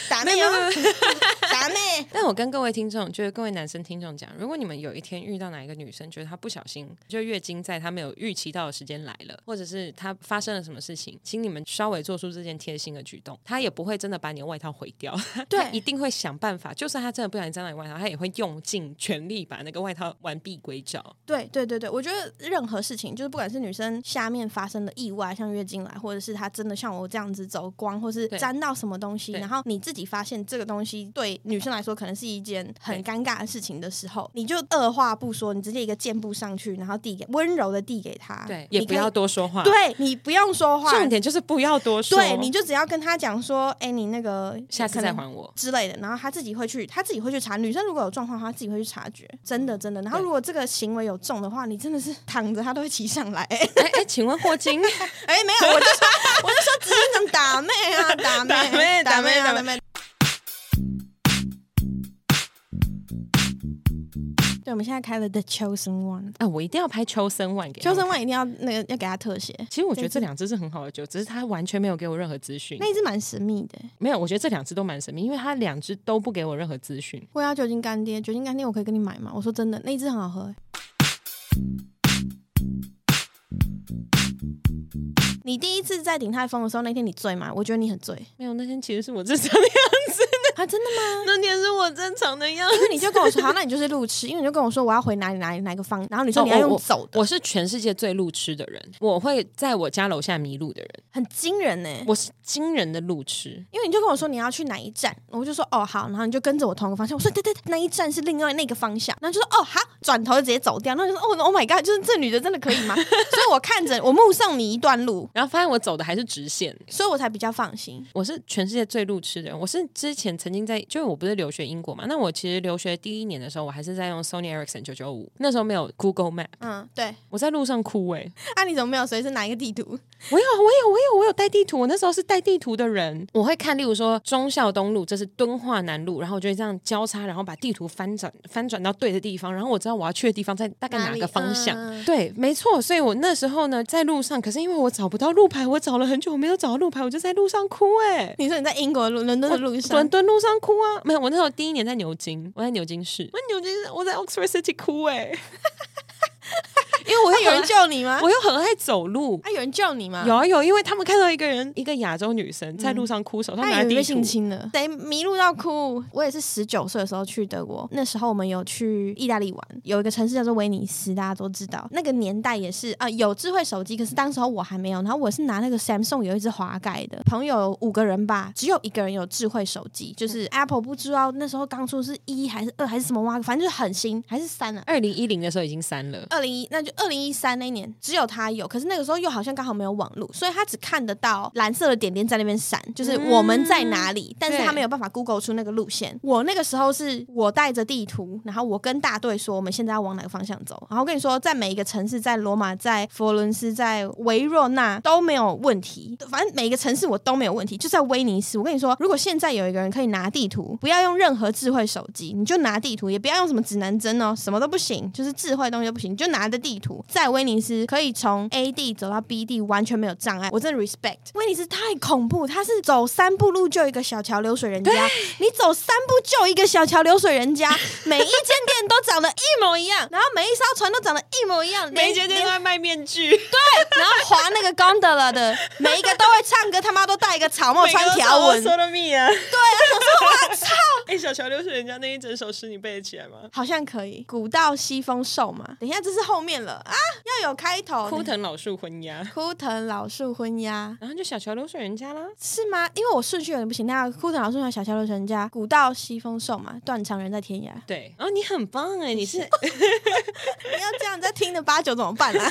Speaker 2: 打妹哦， <laughs> 打妹。
Speaker 1: <laughs> 但我跟各位听众，就是各位男生听众讲，如果你们有一天遇到哪一个女生，觉得她不小心就月经在她没有预期到的时间来了，或者是她发生了什么事情，请你们稍微做出这件贴心的举动，她也不会真的把你的外套毁掉， <laughs>
Speaker 2: 对
Speaker 1: 她一定会想办法。就算她真的不小心沾到你外套，她也会用尽全力把那个外套完璧归赵。
Speaker 2: 对对对对，我觉得任何事情，就是不管是女生下面发生的意外，像月经来，或者是她真的像我这样子走光，或是
Speaker 1: 对
Speaker 2: 沾到什么东西，
Speaker 1: 对
Speaker 2: 然后你自己发现这个东西对女生来说可能是一件很尴尬的事情的时候，你就二话不说，你直接一个箭步上去，然后递给温柔的递给她，
Speaker 1: 对，
Speaker 2: 你
Speaker 1: 也不
Speaker 2: 可以
Speaker 1: 要，多说话。，
Speaker 2: 对你不用说话，
Speaker 1: 重点就是不要多说。
Speaker 2: 对，你就只要跟她讲说，哎，你那个
Speaker 1: 下次
Speaker 2: 可
Speaker 1: 再
Speaker 2: 能
Speaker 1: 还我。 <laughs>
Speaker 2: 之类的，然后他自己会去，他自己会去查。女生如果有状况，她自己会去察觉，真的真的。然后
Speaker 1: 嗯对
Speaker 2: 如果这个行为有中的话，你真的是 <laughs> 躺着他都会骑上来。 <laughs> 哎、
Speaker 1: 哎哎，请问霍金？ <laughs>
Speaker 2: 没有，我就说我就说只是想打妹啊，打妹，
Speaker 1: 打妹 <laughs> 打
Speaker 2: 打
Speaker 1: 妹
Speaker 2: 啊
Speaker 1: 打
Speaker 2: 打妹。对，我们现在开了 The Chosen One，
Speaker 1: 啊，我一定要拍秋生万给他
Speaker 2: Chosen
Speaker 1: 们看
Speaker 2: One 一定要那个要给他特写，
Speaker 1: 其实我觉得这两只是很好的酒，只是它完全没有给我任何资讯。
Speaker 2: 那一只蛮神秘的。
Speaker 1: 没有，我觉得这两只都蛮神秘，因为它两只都不给我任何资讯。
Speaker 2: 我啊要酒精干爹，酒精干爹我可以跟你买吗？我说真的，那一只很好喝、欸你第一次在鼎泰丰的时候，那天你醉吗？我觉得你
Speaker 1: <laughs>
Speaker 2: 很醉
Speaker 1: 没有，那天其实是我正常的样子，
Speaker 2: 啊，真的吗？
Speaker 1: 那天是我正常的样
Speaker 2: 因
Speaker 1: 子。 <laughs>
Speaker 2: 为你就跟我说，好，那你就是路痴，因为你就跟我说我要回哪里哪里哪个方，然后你说你要用走的，
Speaker 1: 哦我是全世界最路痴的人，我会在我家楼下迷路的人，
Speaker 2: 很惊人呢、
Speaker 1: 我是惊人的路痴。
Speaker 2: 因为你就跟我说你要去哪一站，我就说哦好，然后你就跟着我同一个方向。我说对对对，那一站是另外那个方向。然后就说哦好，转头就直接走掉。然后就说哦 Oh my god，就是这女的真的可以
Speaker 1: <laughs>
Speaker 2: 吗？所以我看着我目送你一段路，
Speaker 1: 然后发现我走的还是直线，
Speaker 2: 所以我才比较放心。
Speaker 1: 我是全世界最路痴的人。我是之前曾曾经在，就是我不是留学英国嘛，那我其实留学第一年的时候，我还是在用 Sony Ericsson 九九五，那时候没有 Google Map，
Speaker 2: 嗯，对。
Speaker 1: 我在路上哭哎、
Speaker 2: 啊，你怎么没有随身拿一个地图？ <laughs>
Speaker 1: 我有，我有，我有，我有带地图。我那时候是带地图的人，我会看，例如说忠孝东路，这是敦化南路，然后我就会这样交叉，然后把地图翻转，翻转到对的地方，然后我知道我要去的地方在大概哪
Speaker 2: 哪里
Speaker 1: 个方向。
Speaker 2: 嗯
Speaker 1: 对，没错。所以我那时候呢，在路上，可是因为我找不到路牌，我找了很久，我没有找到路牌，我就在路上哭哎、欸。
Speaker 2: 你说你在英国路伦敦的路 <laughs> 上，
Speaker 1: 伦敦路上哭啊！没有，我那时候第一年在牛津，我在牛津市，我在牛津，我在 Oxford City 哭哎、因为我
Speaker 2: 那
Speaker 1: 又
Speaker 2: 有
Speaker 1: 很
Speaker 2: 人
Speaker 1: 爱
Speaker 2: 救你 <laughs> 吗？
Speaker 1: 我又很爱走路，
Speaker 2: 啊，有人救你吗？
Speaker 1: 有啊嗯有，因为他们看到一个人，一个亚洲女生在路上哭手，他
Speaker 2: 他
Speaker 1: 们
Speaker 2: 以
Speaker 1: 拿
Speaker 2: 为
Speaker 1: 地
Speaker 2: 被
Speaker 1: 图，
Speaker 2: 性侵了，谁迷路到哭？我也是十九岁的时候去德国，那时候我们有去意大利玩，有一个城市叫做威尼斯，大家都知道。那个年代也是啊、呃有智慧手机，可是当时候我还没有。然后我是拿那个 Samsung 有一只滑盖的，朋友五个人吧，只有一个人有智慧手机，就是 Apple 不知道那时候刚出是一还是二还是什么哇，反正就是很新，还是三啊。
Speaker 1: 二零一零的时候已经删了。
Speaker 2: 二零一，那就二零一三那一年，只有他有，可是那个时候又好像刚好没有网络，所以他只看得到蓝色的点点在那边闪，就是我们在哪里，但是他没有办法 Google 出那个路线。我那个时候是我带着地图，然后我跟大队说我们现在要往哪个方向走，然后跟你说在每一个城市，在罗马、在佛伦斯、在维若纳都没有问题，反正每个城市我都没有问题，就在威尼斯。我跟你说，如果现在有一个人可以拿地图，不要用任何智慧手机，你就拿地图，也不要用什么指南针哦，什么都不行，就是智慧的东西都不行，你就拿着地图，在威尼斯可以从 A 地走到 B 地，完全没有障碍。我真的 respect 威尼斯太恐怖，它是走三步路就一个小桥流水人家，你走三步就一个小桥流水人家，每一间店都长得一模一样，然后每一艘船都长得一模一样，
Speaker 1: 每
Speaker 2: 连
Speaker 1: 一间店
Speaker 2: 连
Speaker 1: 都在卖面具，
Speaker 2: 然后划那个 gondola 的，每一个都会唱歌，他妈都戴一个草帽，穿条纹，
Speaker 1: 说的密啊！对 <laughs> 啊，我说我操！哎，小乔流水人家那一整首诗，你背得起来吗？
Speaker 2: 好像可以。古道西风瘦嘛，等一下这是后面了啊，要有开头。
Speaker 1: 枯藤老树昏鸦，
Speaker 2: 枯藤老树昏鸦
Speaker 1: 哦然后就小乔流水人家啦。
Speaker 2: 是吗？因为我顺序有点不行，那枯藤老树昏鸦小桥流水人家，古道西风瘦嘛，断肠人在天 <laughs> 涯。
Speaker 1: 对，然后你很棒哎，你是
Speaker 2: 你要这样在听的八九怎么办啊？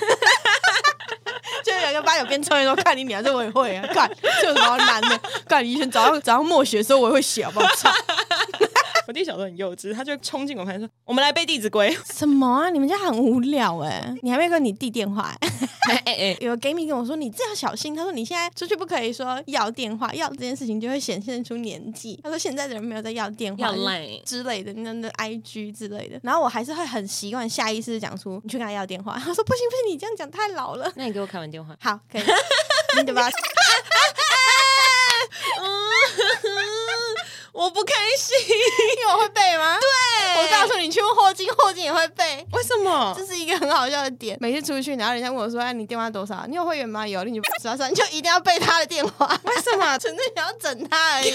Speaker 2: 就有一个八九边抽烟说：“看你鸟，这我也会啊，看这有什么好难的？看以前早上早上默写的时候我也会写，好不好？操
Speaker 1: <laughs> 我弟小时候很幼稚，他就冲进我房间说：“我们来背《弟子规》
Speaker 2: 什么啊？你们家很无聊哎、你还没跟你弟电话、欸？”
Speaker 1: <laughs> 哎哎哎，
Speaker 2: 有 gay 蜜跟我说，你这要小心。他说你现在出去不可以说要电话，要这件事情就会显现出年纪。他说现在的人没有在要电话
Speaker 1: 要。赖。
Speaker 2: 之类的，那那 I G 之类的，然后我还是会很习惯下意识地讲出你去跟他要电话。他说不行不行，你这样讲太老了。，
Speaker 1: 那你给我开完电话
Speaker 2: 好，可以， <laughs> 你的吧？
Speaker 1: <laughs> 我不开心。 <laughs>
Speaker 2: 因为我会背吗？对我告诉你，去问霍金，霍金也会背。
Speaker 1: 为什么
Speaker 2: 这？是一个很好笑的点。哦每次出去，然后人家问我说：“哎、你电话多少？你有会员吗？有，你就刷刷，你就一定要背他的电话。 <laughs> 为什么？纯粹想要整他而已。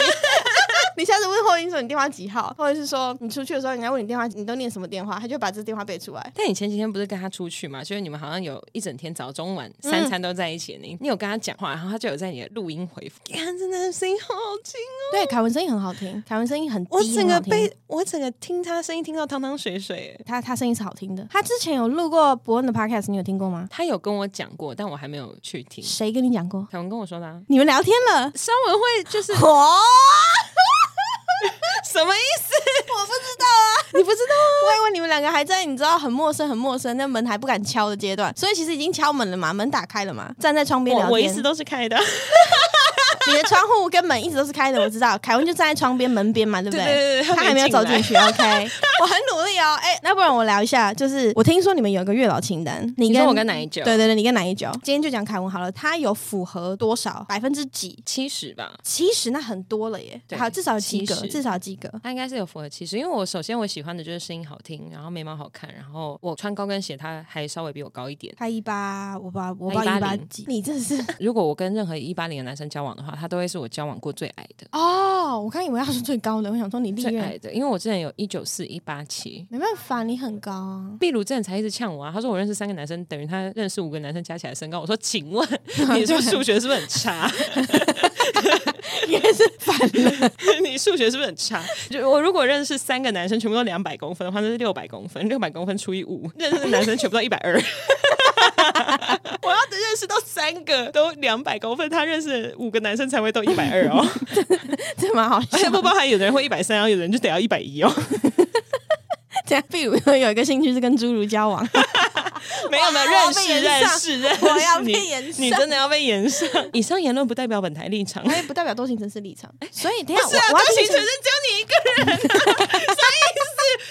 Speaker 2: <laughs> 你下次问霍英说你电话几号，或者是说你出去的时候，人家问你电话，你都念什么电话，他就把这电话背出来。
Speaker 1: 但你前几天不是跟他出去嘛？就是你们好像有一整天早中晚三餐都在一起，你你有跟他讲话，然后他就有在你的录音回复，看真的声音好好听哦。
Speaker 2: 对，凯文声音很好听，凯文声音很低
Speaker 1: 我整个
Speaker 2: 很好听
Speaker 1: 被我整个听他声音听到汤汤水水。哎
Speaker 2: 他他声音是好听的。他之前有录过伯恩的 podcast，你有听过吗？
Speaker 1: 他有跟我讲过，但我还没有去 <laughs> 听。
Speaker 2: 谁跟你讲过？
Speaker 1: 凯文跟我说的、啊，
Speaker 2: 你们聊天了？
Speaker 1: 稍微会就是
Speaker 2: 哦，
Speaker 1: <laughs> 什么意思？
Speaker 2: 我不知道啊。
Speaker 1: 你不知道啊？
Speaker 2: 我以为你们两个还在你知道很陌生、很陌生，那门还不敢敲的阶段，所以其实已经敲门了嘛，门打开了嘛，站在窗边聊
Speaker 1: 我我一
Speaker 2: 天
Speaker 1: 直。都是开的，
Speaker 2: 你的窗户跟门一直都是开的，我知道。凯文就站在窗边门边嘛， <laughs> 对不
Speaker 1: 对对对对
Speaker 2: 他还没有走进去。OK，我 <laughs> 很努力哦。哎、那不然我聊一下，就是我听说你们有一个月老清单，你
Speaker 1: 你
Speaker 2: 跟
Speaker 1: 说我跟哪一哦九？
Speaker 2: 对，对对，你跟哪一九？今天就讲凯文好了，他有符合多少百分之几？
Speaker 1: 七十吧。
Speaker 2: 其实那很多了耶，
Speaker 1: 对
Speaker 2: 好，至少有及格，
Speaker 1: 70
Speaker 2: 至少有及格。
Speaker 1: 他应该是有符合气势，因为我首先我喜欢的就是声音好听，然后眉毛好看，然后我穿高跟鞋，他还稍微比我高一点。
Speaker 2: 他一八，我八，我八
Speaker 1: 他
Speaker 2: 一八
Speaker 1: 180
Speaker 2: 几？你真的是
Speaker 1: 如果我跟任何一八零的男生交往的话，他都会是我交往过最矮的，
Speaker 2: 哦，我刚以为他是最高的，我想说你历
Speaker 1: 最
Speaker 2: 任
Speaker 1: 矮的，因为我之前有一九四一八七。
Speaker 2: 没办法，你很高 <laughs> 啊。
Speaker 1: 秘鲁之前才一直呛我啊，他说我认识三个男生，等于他认识五个男生加起来身高。我说，请问 <laughs> 你是不是数学是不是很差？
Speaker 2: 也是反了。
Speaker 1: <laughs> 你数学是不是很差？就我如果认识三个男生全部都两百公分的话，那是六百公分，六百公分除以五，认识的男生全部都一百二。 <laughs> 我要认识到三个都两百公分，他认识五个男生才会都一百二哦， <laughs>
Speaker 2: 这蛮好
Speaker 1: 而且
Speaker 2: 笑。
Speaker 1: 不包含有的人会一百三，然后有的人就得要一百一哦。
Speaker 2: 这样，比如有一个兴趣是跟侏儒交 <laughs> 往，
Speaker 1: 没有没有，
Speaker 2: 我要
Speaker 1: 认
Speaker 2: 被
Speaker 1: 识
Speaker 2: 延上
Speaker 1: 认识认识，
Speaker 2: 我要被
Speaker 1: 你
Speaker 2: 延上哎
Speaker 1: 你真的要被延
Speaker 2: <laughs>
Speaker 1: 上。以上言论不代表本台立场。 <laughs>
Speaker 2: 因为不代表多行程是立场。所以，等一下
Speaker 1: 是啊，
Speaker 2: 我我
Speaker 1: 多
Speaker 2: 要
Speaker 1: 行
Speaker 2: 提
Speaker 1: 程
Speaker 2: 醒
Speaker 1: 是只有你一个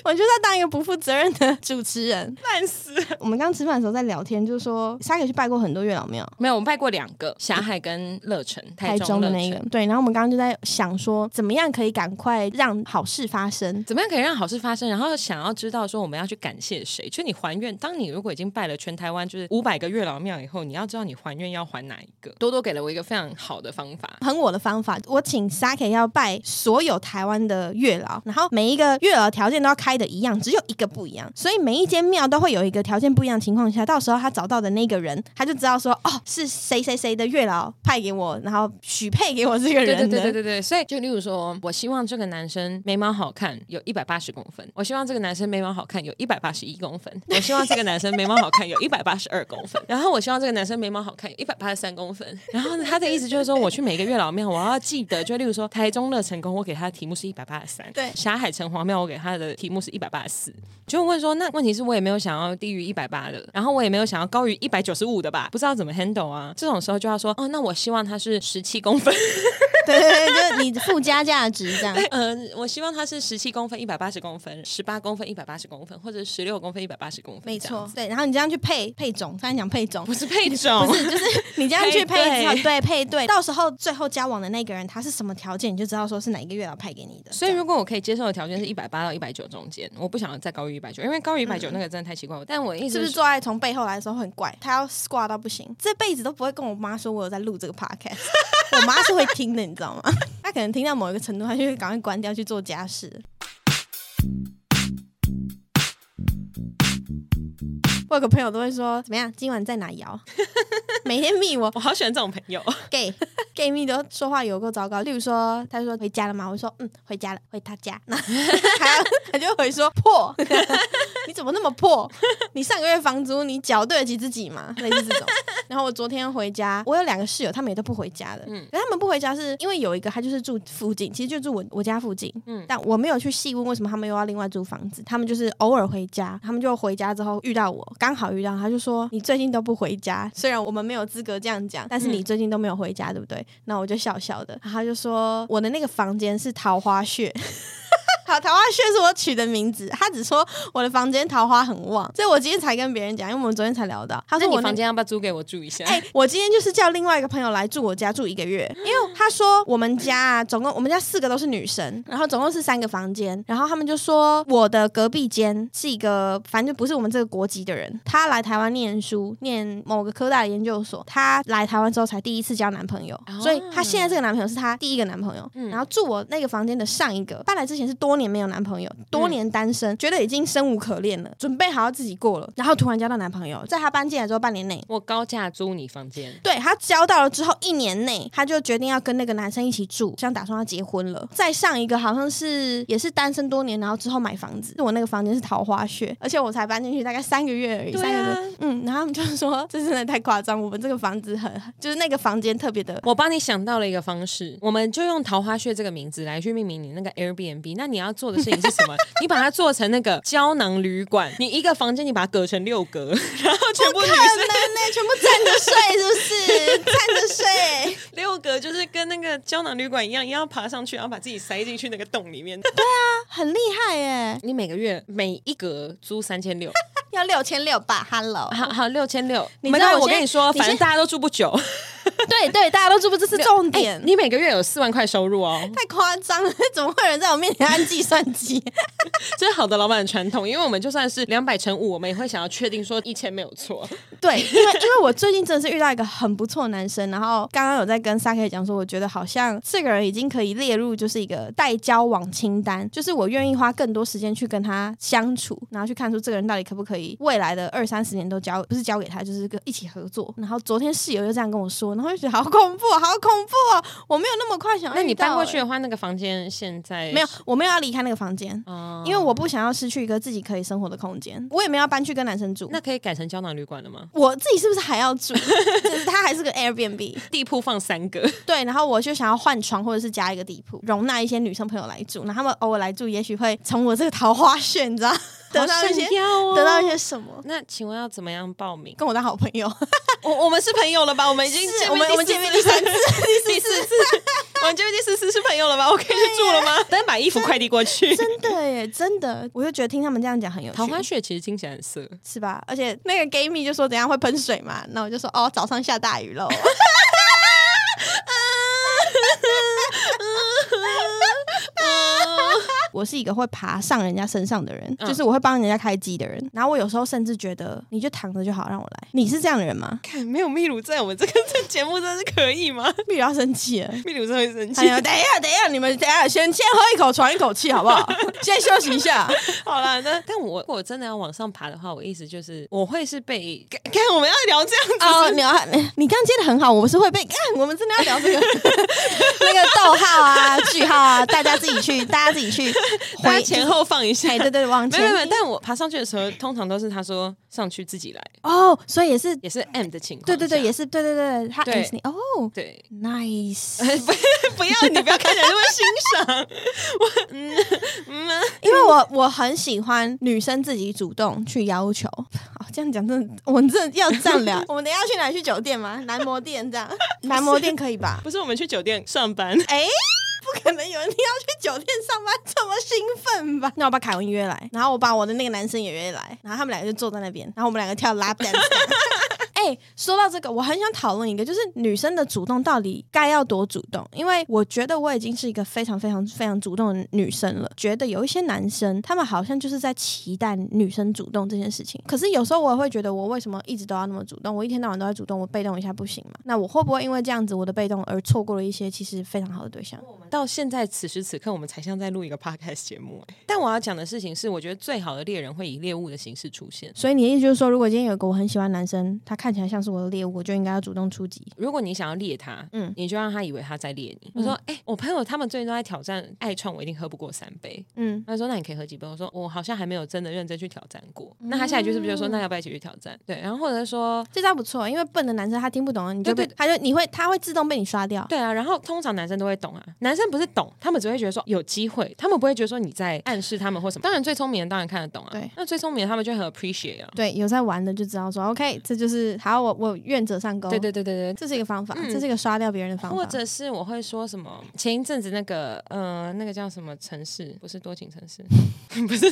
Speaker 2: 我就是要当一个不负责任的主持 <laughs>
Speaker 1: <laughs>
Speaker 2: 人。
Speaker 1: 人，烂死了。
Speaker 2: 我们刚吃饭的时候在聊天，就是说沙可去拜过很多月老庙，
Speaker 1: 没有，我们拜过两个霞海跟乐城，
Speaker 2: 台
Speaker 1: 中
Speaker 2: 中
Speaker 1: 乐
Speaker 2: 的那
Speaker 1: 城
Speaker 2: 个。对，然后我们刚刚就在想说，怎么样可以赶快让好事发生。
Speaker 1: 怎么样可以让好事发生？然后想要知道说我们要去感谢谁？就你还愿，当你如果已经拜了全台湾就是五百个月老庙以后，你要知道你还愿要还哪一个。多多给了我一个非常好的方法。
Speaker 2: 很我的方法，我请 Sake 要拜所有台湾的月老，然后每一个月老条件都要开的一样，只有一个不一样，所以每一间庙都会有一个条件不一样的情况下，到时候他找到的那个人，他就知道说，哦，是谁谁谁的月老派给我，然后许配给我这个
Speaker 1: 对对
Speaker 2: 人的。
Speaker 1: 对对对对，所以就例如说，我希望这个男生眉毛好看，有一百八十公分；我希望这个男生眉毛好看，有一百八十一公 <laughs> 分；我希望这个男生眉毛好看，有一百八十二公分；然后我希望这个男生眉毛好看，有一百八十三公分。然后呢，他的意思就是说，我去每个月老庙，我要记得，就例如说台中乐成功，我给他的题目是一百八十三；
Speaker 2: 对
Speaker 1: 霞海城隍庙，我给他的题目是一百八十四。就问说，那问题是我也没有想要低于一百八的，然后我也没有想要高于一百九十五的吧？不知道怎么 handle 啊？这种时候就要说，哦，那我希望他是十七公分。
Speaker 2: 对对对，就是你附加价值这样。
Speaker 1: <laughs> 嗯，我希望它是十七公分、一百八十公分、十八公分、一百八十公分，或者十六公分、一百八十公分，
Speaker 2: 没错，，对，然后你这样去配配种，刚才讲配种
Speaker 1: 不，是配种，
Speaker 2: 不是，就是你这样去配
Speaker 1: 配对
Speaker 2: 对对配对，到时候最后交往的那个人他是什么条件，你就知道说是哪一个月老派给你的。
Speaker 1: <laughs> 所以，
Speaker 2: 这样
Speaker 1: 如果我可以接受的条件是一百八到一百九中间，我不想要再高于一百九，因为高于一百九那个真的太奇怪了。但我一
Speaker 2: 是
Speaker 1: 直
Speaker 2: 不是做爱从背后来的时候很怪？他要 squat 到不行，这辈子都不会跟我妈说我有在录这个 podcast。我 <laughs> 妈是会听的，你知道吗？ <laughs> 她可能听到某一个程度，她就会赶快关掉去做家事。我有个朋友都会说，怎么样？今晚在哪摇？ <laughs> 每天密我
Speaker 1: 我好喜欢这种朋友，
Speaker 2: gay <laughs> gay 蜜都说话有够糟糕。例如说，他就说回家了吗？我就说嗯，回家了，回他家。 <laughs> 那还要他就回说破， <laughs> 你怎么那么破？你上个月房租你缴对得起自己吗？类似这种。然后我昨天回家，我有两个室友，他们也都不回家的。嗯，可是他们不回家是因为有一个他就是住附近，其实就住我我家附近。
Speaker 1: 嗯
Speaker 2: 嗯，但我没有去细问为什么他们又要另外租房子，他们就是偶尔回家，他们就回家之后遇到我，刚好遇到他就说你最近都不回家，虽然我们没有资格这样讲，但是
Speaker 1: 嗯
Speaker 2: 你最近都没有回家，对不对？那我就笑笑的，然后他就说我的那个房间是桃花穴。 <laughs> 好，桃花穴是我取的名字。他只说我的房间桃花很旺，所以我今天才跟别人讲，因为我们昨天才聊到。他
Speaker 1: 那
Speaker 2: 说
Speaker 1: 你
Speaker 2: 我那
Speaker 1: 房间要不要租给我住一下？
Speaker 2: 哎、我今天就是叫另外一个朋友来住我家住一个月，因为他说我们家啊，总共我们家四个都是女生，然后总共是三个房间，然后他们就说我的隔壁间是一个，反正就不是我们这个国籍的人，他来台湾念书，念某个科大的研究所，他来台湾之后才第一次交男朋友，所以他现在这个男朋友是他第一个男朋友，然后住我那个房间的上一个，搬来之前是多年没有男朋友，多年单身，觉得已经生无可恋了，准备好要自己过了，然后突然交到男朋友，在他搬进来之后半年内。
Speaker 1: 我高价租你房间，
Speaker 2: 对他交到了之后，一年内他就决定要跟那个男生一起住，像打算要结婚了。再上一个好像是也是单身多年，然后之后买房子。我那个房间是桃花穴，而且我才搬进去大概三个月而已，
Speaker 1: 对啊
Speaker 2: 三个月。嗯，然后他们就说这真的太夸张，我们这个房子很就是那个房间特别的。
Speaker 1: 我帮你想到了一个方式，我们就用桃花穴这个名字来去命名你那个 Airbnb。那你要做的事情是什么？ <laughs> 你把它做成那个胶囊旅馆，你一个房间你把它隔成六格， <laughs> 然后全部女
Speaker 2: 可能
Speaker 1: 生
Speaker 2: 呢、全部站着睡是不是？ <laughs> 站着睡，
Speaker 1: 六格就是跟那个胶囊旅馆一样，也要爬上去，然后把自己塞进去那个洞里面。
Speaker 2: 很厉害耶！
Speaker 1: <laughs> 你每个月每一格租三千六，
Speaker 2: 要六千六吧，Hello。
Speaker 1: <laughs> 好好六千六。
Speaker 2: 你
Speaker 1: 没
Speaker 2: 知道
Speaker 1: 关系
Speaker 2: 我
Speaker 1: 我跟
Speaker 2: 先
Speaker 1: 你说，
Speaker 2: 你
Speaker 1: 反正
Speaker 2: 先
Speaker 1: 大家都住不久。
Speaker 2: <laughs> 对对，大家都知不知这是重
Speaker 1: <laughs>
Speaker 2: 点？
Speaker 1: 哎你每个月有四万块收入哦，
Speaker 2: 太夸张了，怎么会有人在我面前按计算机？啊
Speaker 1: 这是好的老板的传统。因为我们就算是两百乘五，我们也会想要确定说一千没有 <laughs> 错。
Speaker 2: 对，因为因为我最近真的是遇到一个很不错的男生，然后刚刚有在跟 Saki 讲说，我觉得好像这个人已经可以列入就是一个待交往清单，就是我愿意花更多时间去跟他相处，然后去看出这个人到底可不可以未来的二三十年都交，不是交给他，就是跟一起合作。然后昨天室友又这样跟我说，然后会觉得好恐怖哦，好恐怖哦！我没有那么快想要遇到
Speaker 1: 那哎
Speaker 2: 欸。
Speaker 1: 你搬过去的话，那个房间现在
Speaker 2: 没有？我没有要离开那个房间，
Speaker 1: 啊
Speaker 2: 因为我不想要失去一个自己可以生活的空间。我也没有要搬去跟男生住。
Speaker 1: 那可以改成胶囊旅馆了吗？
Speaker 2: 我自己是不是还要住？ <laughs> 就是它还是个 Airbnb，
Speaker 1: 地铺放三个，
Speaker 2: 对，然后我就想要换床或者是加一个地铺，容纳一些女生朋友来住，那她们偶尔来住，也许会从我这个桃花穴，你
Speaker 1: <laughs>
Speaker 2: 知道，得到一些、
Speaker 1: <laughs> 好想要哦
Speaker 2: 得到一些什么。
Speaker 1: 那请问要怎么样报名？
Speaker 2: 跟我当好朋友，
Speaker 1: 我我们是朋友了吧？我们已经
Speaker 2: 是
Speaker 1: 见
Speaker 2: 我们我们
Speaker 1: 第四
Speaker 2: 见
Speaker 1: 次
Speaker 2: 面第三次、
Speaker 1: 了 <laughs>
Speaker 2: 第
Speaker 1: 第
Speaker 2: 四
Speaker 1: 四
Speaker 2: 次，
Speaker 1: 次，我们见面第四次是朋友了吧？我可以去住了吗？等把衣服快递过去。
Speaker 2: 真的耶，真的，我就觉得听他们这样讲很有
Speaker 1: <laughs>
Speaker 2: 趣，
Speaker 1: 桃花穴其实听起来很 <laughs> 色，
Speaker 2: 是吧？而且那个 gay 蜜就说等一下会喷水嘛，那我就说哦，早上下
Speaker 1: <laughs>
Speaker 2: 大雨喽。我是一个会爬上人家身上的人，
Speaker 1: 嗯
Speaker 2: 就是我会帮人家开机的人。然后我有时候甚至觉得，你就躺着就好，让我来。你是这样的人吗？
Speaker 1: 看哎没有秘鲁在我们这个这节目真是可以吗？ <laughs>
Speaker 2: 必须要生气了。
Speaker 1: 秘鲁真的会生气
Speaker 2: <laughs> 哎。呀，等一下，等一下，你们等一下，先先喝一口，喘一口气，好不 <laughs> 好？先休息一下。
Speaker 1: 好啦，那但我如果真的要往上爬的话，我意思就是我会是被看看我们要聊这样子
Speaker 2: 哦，你要你刚接的很好，我是会被干。我们真的要聊 <laughs> 这个那个逗号啊、句号啊，大家自己 <laughs> 去，大家自己去
Speaker 1: 大家
Speaker 2: 回
Speaker 1: 前。后放一下。
Speaker 2: 哎，对对，往
Speaker 1: 没
Speaker 2: 前
Speaker 1: 有没有没有，但我爬上去的时候，通常都是他说上去自己来，
Speaker 2: 哦，所以也 <laughs> 是，
Speaker 1: 也是 M 的情况下。
Speaker 2: 对对对，也是，对对对，他
Speaker 1: 对
Speaker 2: M 你哦
Speaker 1: 对。 <laughs>
Speaker 2: ，nice， <laughs>
Speaker 1: 不要，你不要看起来那么欣赏。 <laughs> 我嗯嗯，
Speaker 2: 因为我我很喜欢女生自己主动去要求。 <laughs> 好，这样讲真的，我们真的要这样聊。 <laughs> 我们等一下去哪去酒店吗？男模店这样， <laughs> 男模店可以吧？
Speaker 1: 不是我们去酒店上班，
Speaker 2: 哎、不可能有人要去酒店上班这么兴奋吧？那我把凯文约来，然后我把我的那个男生也约来，然后他们两个就坐在那边，然后我们两个跳 lap dance。哎、说到这个，我很想讨论一个，就是女生的主动到底该要多主动？因为我觉得我已经是一个非常非常非常主动的女生了。觉得有一些男生，他们好像就是在期待女生主动这件事情。可是有时候我也会觉得，我为什么一直都要那么主动？我一天到晚都在主动，我被动一下不行吗？那我会不会因为这样子我的被动而错过了一些其实非常好的对象？
Speaker 1: 到现在此时此刻，我们才像在录一个 podcast 节目、哎但我要讲的事情是，我觉得最好的猎人会以猎物的形式出现。
Speaker 2: 所以你的意思就是说，如果今天有一个我很喜欢的男生，他看起来像是我的猎物，我就应该要主动出击。
Speaker 1: 如果你想要猎他，
Speaker 2: 嗯
Speaker 1: 嗯，你就让他以为他在猎你。我说，哎、我朋友他们最近都在挑战爱创，我一定喝不过三杯。
Speaker 2: 嗯，
Speaker 1: 他说，那你可以喝几杯？我说，我好像还没有真的认真去挑战过。那他下一句是不是就说，那要不要一起去挑战？对，然后或者是说，
Speaker 2: 这招不错，因为笨的男生他听不懂，你就被
Speaker 1: 对对
Speaker 2: 他就你会他会自动被你刷掉。
Speaker 1: 对啊，然后通常男生都会懂啊，男生不是懂，他们只会觉得说有机会，他们不会觉得说你在暗示他们或什么。当然，最聪明的当然看得懂啊。
Speaker 2: 对
Speaker 1: 那最聪明的他们就很 appreciate 啊。
Speaker 2: 对，有在玩的就知道说，OK，这就是好，我我愿者上钩。
Speaker 1: 对对对对对。
Speaker 2: 这是一个方法，
Speaker 1: 嗯
Speaker 2: 这是一个刷掉别人的方法。
Speaker 1: 或者是我会说什么？前一阵子那个，呃，那个叫什么城市？不是多情城 <laughs> 市，不是，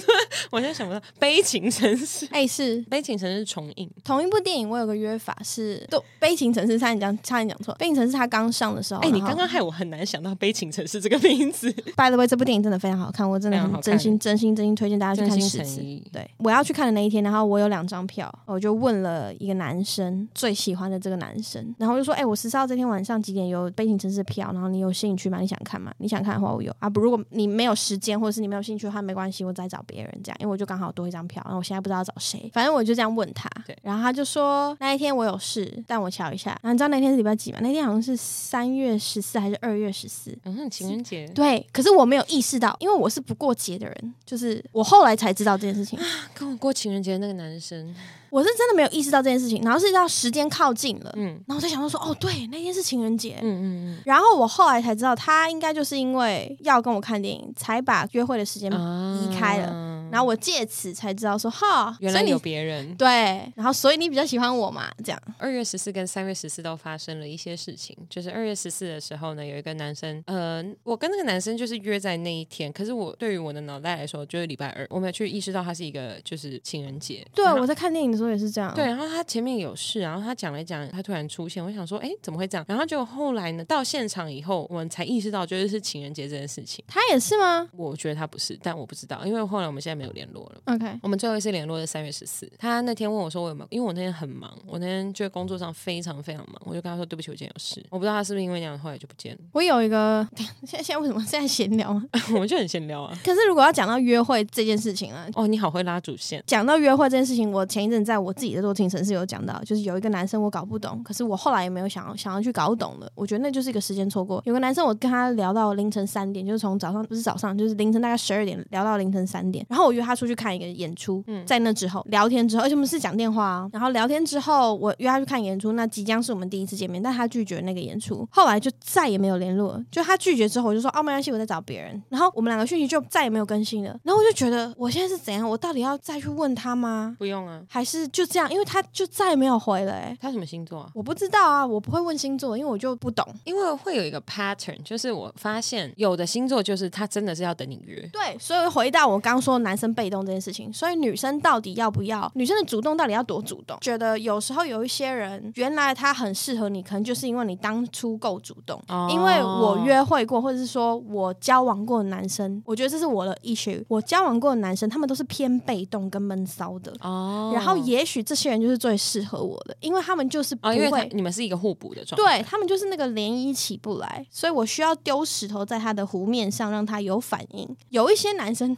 Speaker 1: 我现在想不到悲情城市。
Speaker 2: 哎、是
Speaker 1: 悲情城市重映，
Speaker 2: 同一部电影，我有个约法是，都《悲情城市》差点讲，差点讲错，《悲情城市》它刚上的时候，
Speaker 1: 哎、你
Speaker 2: 然后
Speaker 1: 刚刚害我很难想到悲情城市这个名 <laughs> 字。
Speaker 2: By the way，这部电影真的非常好看，我真的
Speaker 1: 非常
Speaker 2: 很
Speaker 1: 好看
Speaker 2: 真心、真心、真心推荐大家去看
Speaker 1: 真心
Speaker 2: 十
Speaker 1: 诚
Speaker 2: 次
Speaker 1: 意。
Speaker 2: 对，我要去看的那一天，然后我有两张票，我就问了一个男生最喜欢的这个男生，然后我就说：“哎、我十四号这天晚上几点有悲情城市的票？然后你有兴趣吗？你想看吗？你想看的话，我有啊。不，如果你没有时间或者是你没有兴趣的话，没关系，我再找别人这样，因为我就刚好多一张票，然后我现在不知道要找谁，反正我就这样问他
Speaker 1: 对，
Speaker 2: 然后他就说那一天我有事，但我瞧一下。啊然后你知道那天是礼拜几吗？那天好像是三月十四还是二月十四？
Speaker 1: 嗯，情人节，
Speaker 2: 对，可是我没有意识到，因为我是不过节的人，就是我后来才知道这件事情，
Speaker 1: 跟我过情人节的那个男生，
Speaker 2: 我是真的没有意识到这件事情，然后是到时间靠近了，
Speaker 1: 嗯
Speaker 2: 然后我才想到说，哦，对，那天是情人节。
Speaker 1: 嗯 <laughs> 嗯
Speaker 2: 然后我后来才知道，他应该就是因为要跟我看电影，才把约会的时间
Speaker 1: 嗯，啊
Speaker 2: 移开了。然后我借此才知道说，哈，
Speaker 1: 原
Speaker 2: 所
Speaker 1: 来
Speaker 2: 以
Speaker 1: 有
Speaker 2: 你
Speaker 1: 别人。
Speaker 2: 对，然后所以你比较喜欢我嘛？这样，
Speaker 1: 二月十四跟三月十四都发生了一些事情。就是二月十四的时候呢，有一个男生，呃，我跟那个男生就是约在那一天，可是我对于我的脑袋来说，就是礼拜二，我没有去意识到他是一个就是情人节。
Speaker 2: 对
Speaker 1: 然后
Speaker 2: 我在看电影的时候也是这样。
Speaker 1: 对，，然后他前面有事，然后他讲来讲，他突然出现，我想说，哎，怎么会这样？然后就后来呢，到现场以后，我们才意识到，就是是情人节这件事情。
Speaker 2: 他也是吗？
Speaker 1: 我觉得他不是，但我不知道，因为后来我们现在没有联络了。
Speaker 2: OK，
Speaker 1: 我们最后一次联络是三月十四，他那天问我说我有没有，因为我那天很忙，我那天就工作上非常非常忙，我就跟他说对不起，我今天有事。我不知道他是不是因为那样，后来就不见了。
Speaker 2: 我有一个， <laughs> 现在现在为什么现在闲聊 <laughs> 啊？
Speaker 1: <laughs> 我们就很闲聊啊。
Speaker 2: 可是如果要讲到约会这件事情啊，
Speaker 1: 哦，你好会拉主线，
Speaker 2: 讲到约会这件事情，我前一阵在我自己的做听城市有讲到，就是有一个男生我搞不懂，可是我后来也没有想要想要去搞懂了。我觉得那就是一个时间错过。有个男生我跟他聊到凌晨三点，就是从早上不是早上，就是凌晨大概十二点聊到凌晨三点。然后我约他出去看一个演出，在那之后聊天之后，而且我们是讲电话、啊，然后聊天之后我约他去看演出，那即将是我们第一次见面，但他拒绝那个演出，后来就再也没有联络了。就他拒绝之后，我就说哦没关系，我在找别人。然后我们两个讯息就再也没有更新了。然后我就觉得我现在是怎样？我到底要再去问他吗？
Speaker 1: 不用啊。
Speaker 2: 还是就这样，因为他就再也没有回了、欸。
Speaker 1: 他什么星座啊？
Speaker 2: 我不知道啊，我不会问星座，因为我就不懂。
Speaker 1: 因为会有一个 pattern，就是我发现有的星座就是他真的是要等你约。
Speaker 2: 对，所以回到我刚说男生被动这件事情，所以女生到底要不要？女生的主动到底要多主动？觉得有时候有一些人，原来他很适合你，可能就是因为你当初够主动。
Speaker 1: 哦
Speaker 2: 因为我约会过，或者是说我交往过的男生，我觉得这是我的 issue。我交往过的男生，他们都是偏被动跟闷骚的。
Speaker 1: 哦，
Speaker 2: 然后也许这些人就是最适合我的，因为他们就是不
Speaker 1: 哦，
Speaker 2: 会，
Speaker 1: 因为他你们是一个互补的状态。
Speaker 2: 对他们就是那个涟漪起不来，所以我需要丢石头在他的湖面上，让他有反应。有一些
Speaker 1: <laughs>
Speaker 2: 男生，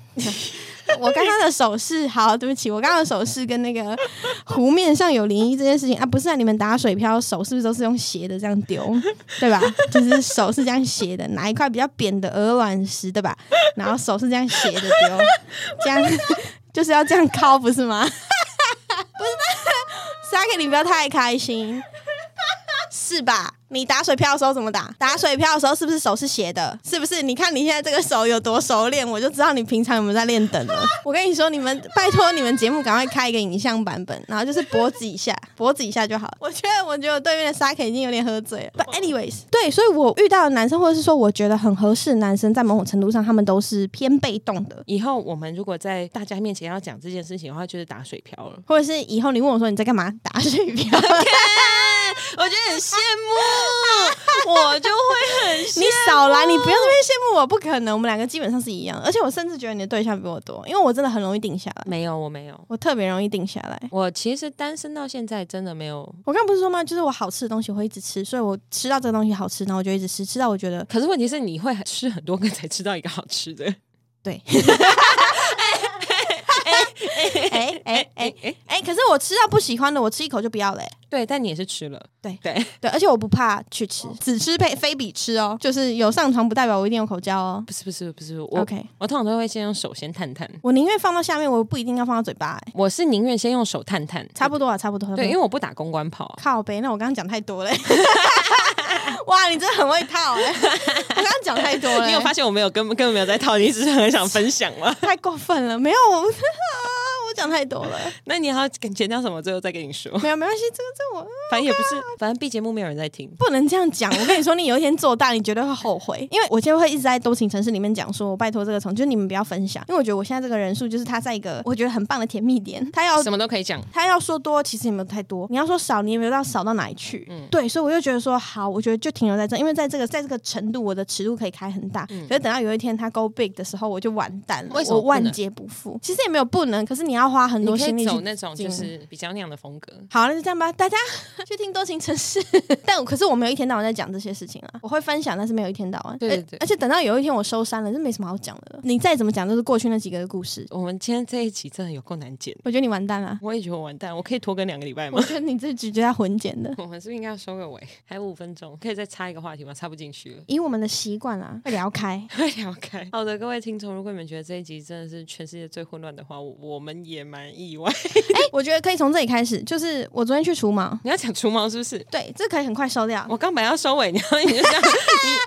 Speaker 2: 我刚刚的手势，好，对不起，我刚刚的手势跟那个湖面上有涟漪这件事情啊，不是啊，你们打水漂手是不是都是用斜的这样丢，
Speaker 1: <laughs>
Speaker 2: 对吧？就是手是这样斜的，拿一块比较扁的鹅卵石，对吧？然后手是这样斜
Speaker 1: <laughs>
Speaker 2: 的丢，这样就是要这样敲，不是吗？不是，Saki，你不 <laughs> 要太开心。是吧？你打水漂的时候怎么打？打水漂的时候是不是手是斜的？是不是？你看你现在这个手有多熟练，我就知道你平常有没有在练等 <laughs> 了。我跟你说，你们拜托你们节目赶快开一个影像版本，然后就是脖子以 <laughs> 下，脖子以下就好了。我觉得，我觉得我对面的 Saki 已经有点喝醉了。But anyways，对，所以我遇到的男生，或者是说我觉得很合适的男生，在某种程度上，他们都是偏被动的。
Speaker 1: 以后我们如果在大家面前要讲这件事情的话，就是打水漂了。
Speaker 2: 或者是以后你问我说你在干嘛，打水漂， <laughs>
Speaker 1: 我觉得很羡慕，我就会很羡
Speaker 2: 你少来，你不要这边羡慕我，不可能，我们两个基本上是一样，而且我甚至觉得你的对象比我多，因为我真的很容易定下来，
Speaker 1: 没有，我没有。
Speaker 2: 我特别容易定下来。
Speaker 1: 我其实单身到现在真的没有，
Speaker 2: 我刚不是说吗？就是我好吃的东西我会一直吃，所以我吃到这个东西好吃，然后我就一直吃，吃到我觉得
Speaker 1: 可是问题是你会吃很 <laughs> 多个才吃到一个好吃的。
Speaker 2: 对。哎哎哎哎哎！可是我吃到不喜欢的，我吃一口就不要了、欸。
Speaker 1: <laughs> 对，但你也是吃了，
Speaker 2: 对
Speaker 1: 对，
Speaker 2: 对，而且我不怕去吃，只吃配非比吃哦，就是有上床不代表我一定有口交哦。
Speaker 1: 不是不是不是，我
Speaker 2: OK，
Speaker 1: 我通常都会先用手先探探，
Speaker 2: 我宁愿放到下面，我不一定要放到嘴巴、欸。
Speaker 1: 我是宁愿先用手探探，
Speaker 2: 差不多啊，差不多。差不多
Speaker 1: 对，因为我不打公关炮啊，
Speaker 2: 靠背，那我刚刚讲太多了 <laughs> 欸、哇，你真的很会套哎、我刚刚讲太多了欸、
Speaker 1: 你有发现我没有根本根本没有在套，你只是很想分享吗？
Speaker 2: 太过分了，没有我，我讲太多了，
Speaker 1: <laughs> 那你要剪掉什么，最后再跟你说。
Speaker 2: 没有没关系，这个这个我
Speaker 1: 反正也不是，反正 B 节目没有人在听。
Speaker 2: 不能这样讲。我跟你说，你有一天做大，你绝对会后悔，因为我就会一直在多情城市里面讲说，我拜托这个虫，就是你们不要分享，因为我觉得我现在这个人数就是他在一个我觉得很棒的甜蜜点，他要
Speaker 1: 什么都可以讲，
Speaker 2: 他要说多，其实也没有太多；你要说少，你也没有到少到哪里去。
Speaker 1: 嗯
Speaker 2: 对，所以我就觉得说，好，我觉得就停留在这，因为在这个在这个程度，我的尺度可以开很大。可是等到有一天他 go big 的时候，我就完蛋了，
Speaker 1: 嗯为什么
Speaker 2: 我
Speaker 1: 不能
Speaker 2: 万劫不复？其实也没有不能，可是你要花很
Speaker 1: 你
Speaker 2: 多
Speaker 1: 可
Speaker 2: 心
Speaker 1: 以
Speaker 2: 力去
Speaker 1: 走那种就
Speaker 2: 经营
Speaker 1: 是比较那样的风格。
Speaker 2: 好，那就这样吧，
Speaker 1: <laughs>
Speaker 2: 大家去听多情城市。但我可是我没有一天到晚在讲这些事情啊，我会分享，但是没有一天到晚。
Speaker 1: 对对对
Speaker 2: 而而且等到有一天我收山了，这没什么好讲的了。你再怎么讲都是过去那几个故事，
Speaker 1: 我们今天这一集真的有够难剪，
Speaker 2: 我觉得你完蛋了。
Speaker 1: 我也觉得我完蛋，我可以拖更两个礼拜吗 <laughs>
Speaker 2: 我？觉得你这局就在混剪的。
Speaker 1: 我们是不是应该要收个尾？还有五分钟，可以再插一个话题吗？插不进去了。 <laughs>
Speaker 2: 以我们的习惯啊，会聊开。
Speaker 1: 会聊开。好的，各位听众，如果你们觉得这一集真的是全世界最混乱的话，我我们也蛮意外。 <laughs>
Speaker 2: 哎、我觉得可以从这里开始，就是我昨天去除毛，
Speaker 1: 你要讲除毛是不是？
Speaker 2: 对，这可以很快收掉，
Speaker 1: 我刚本来要收尾，然后你就这样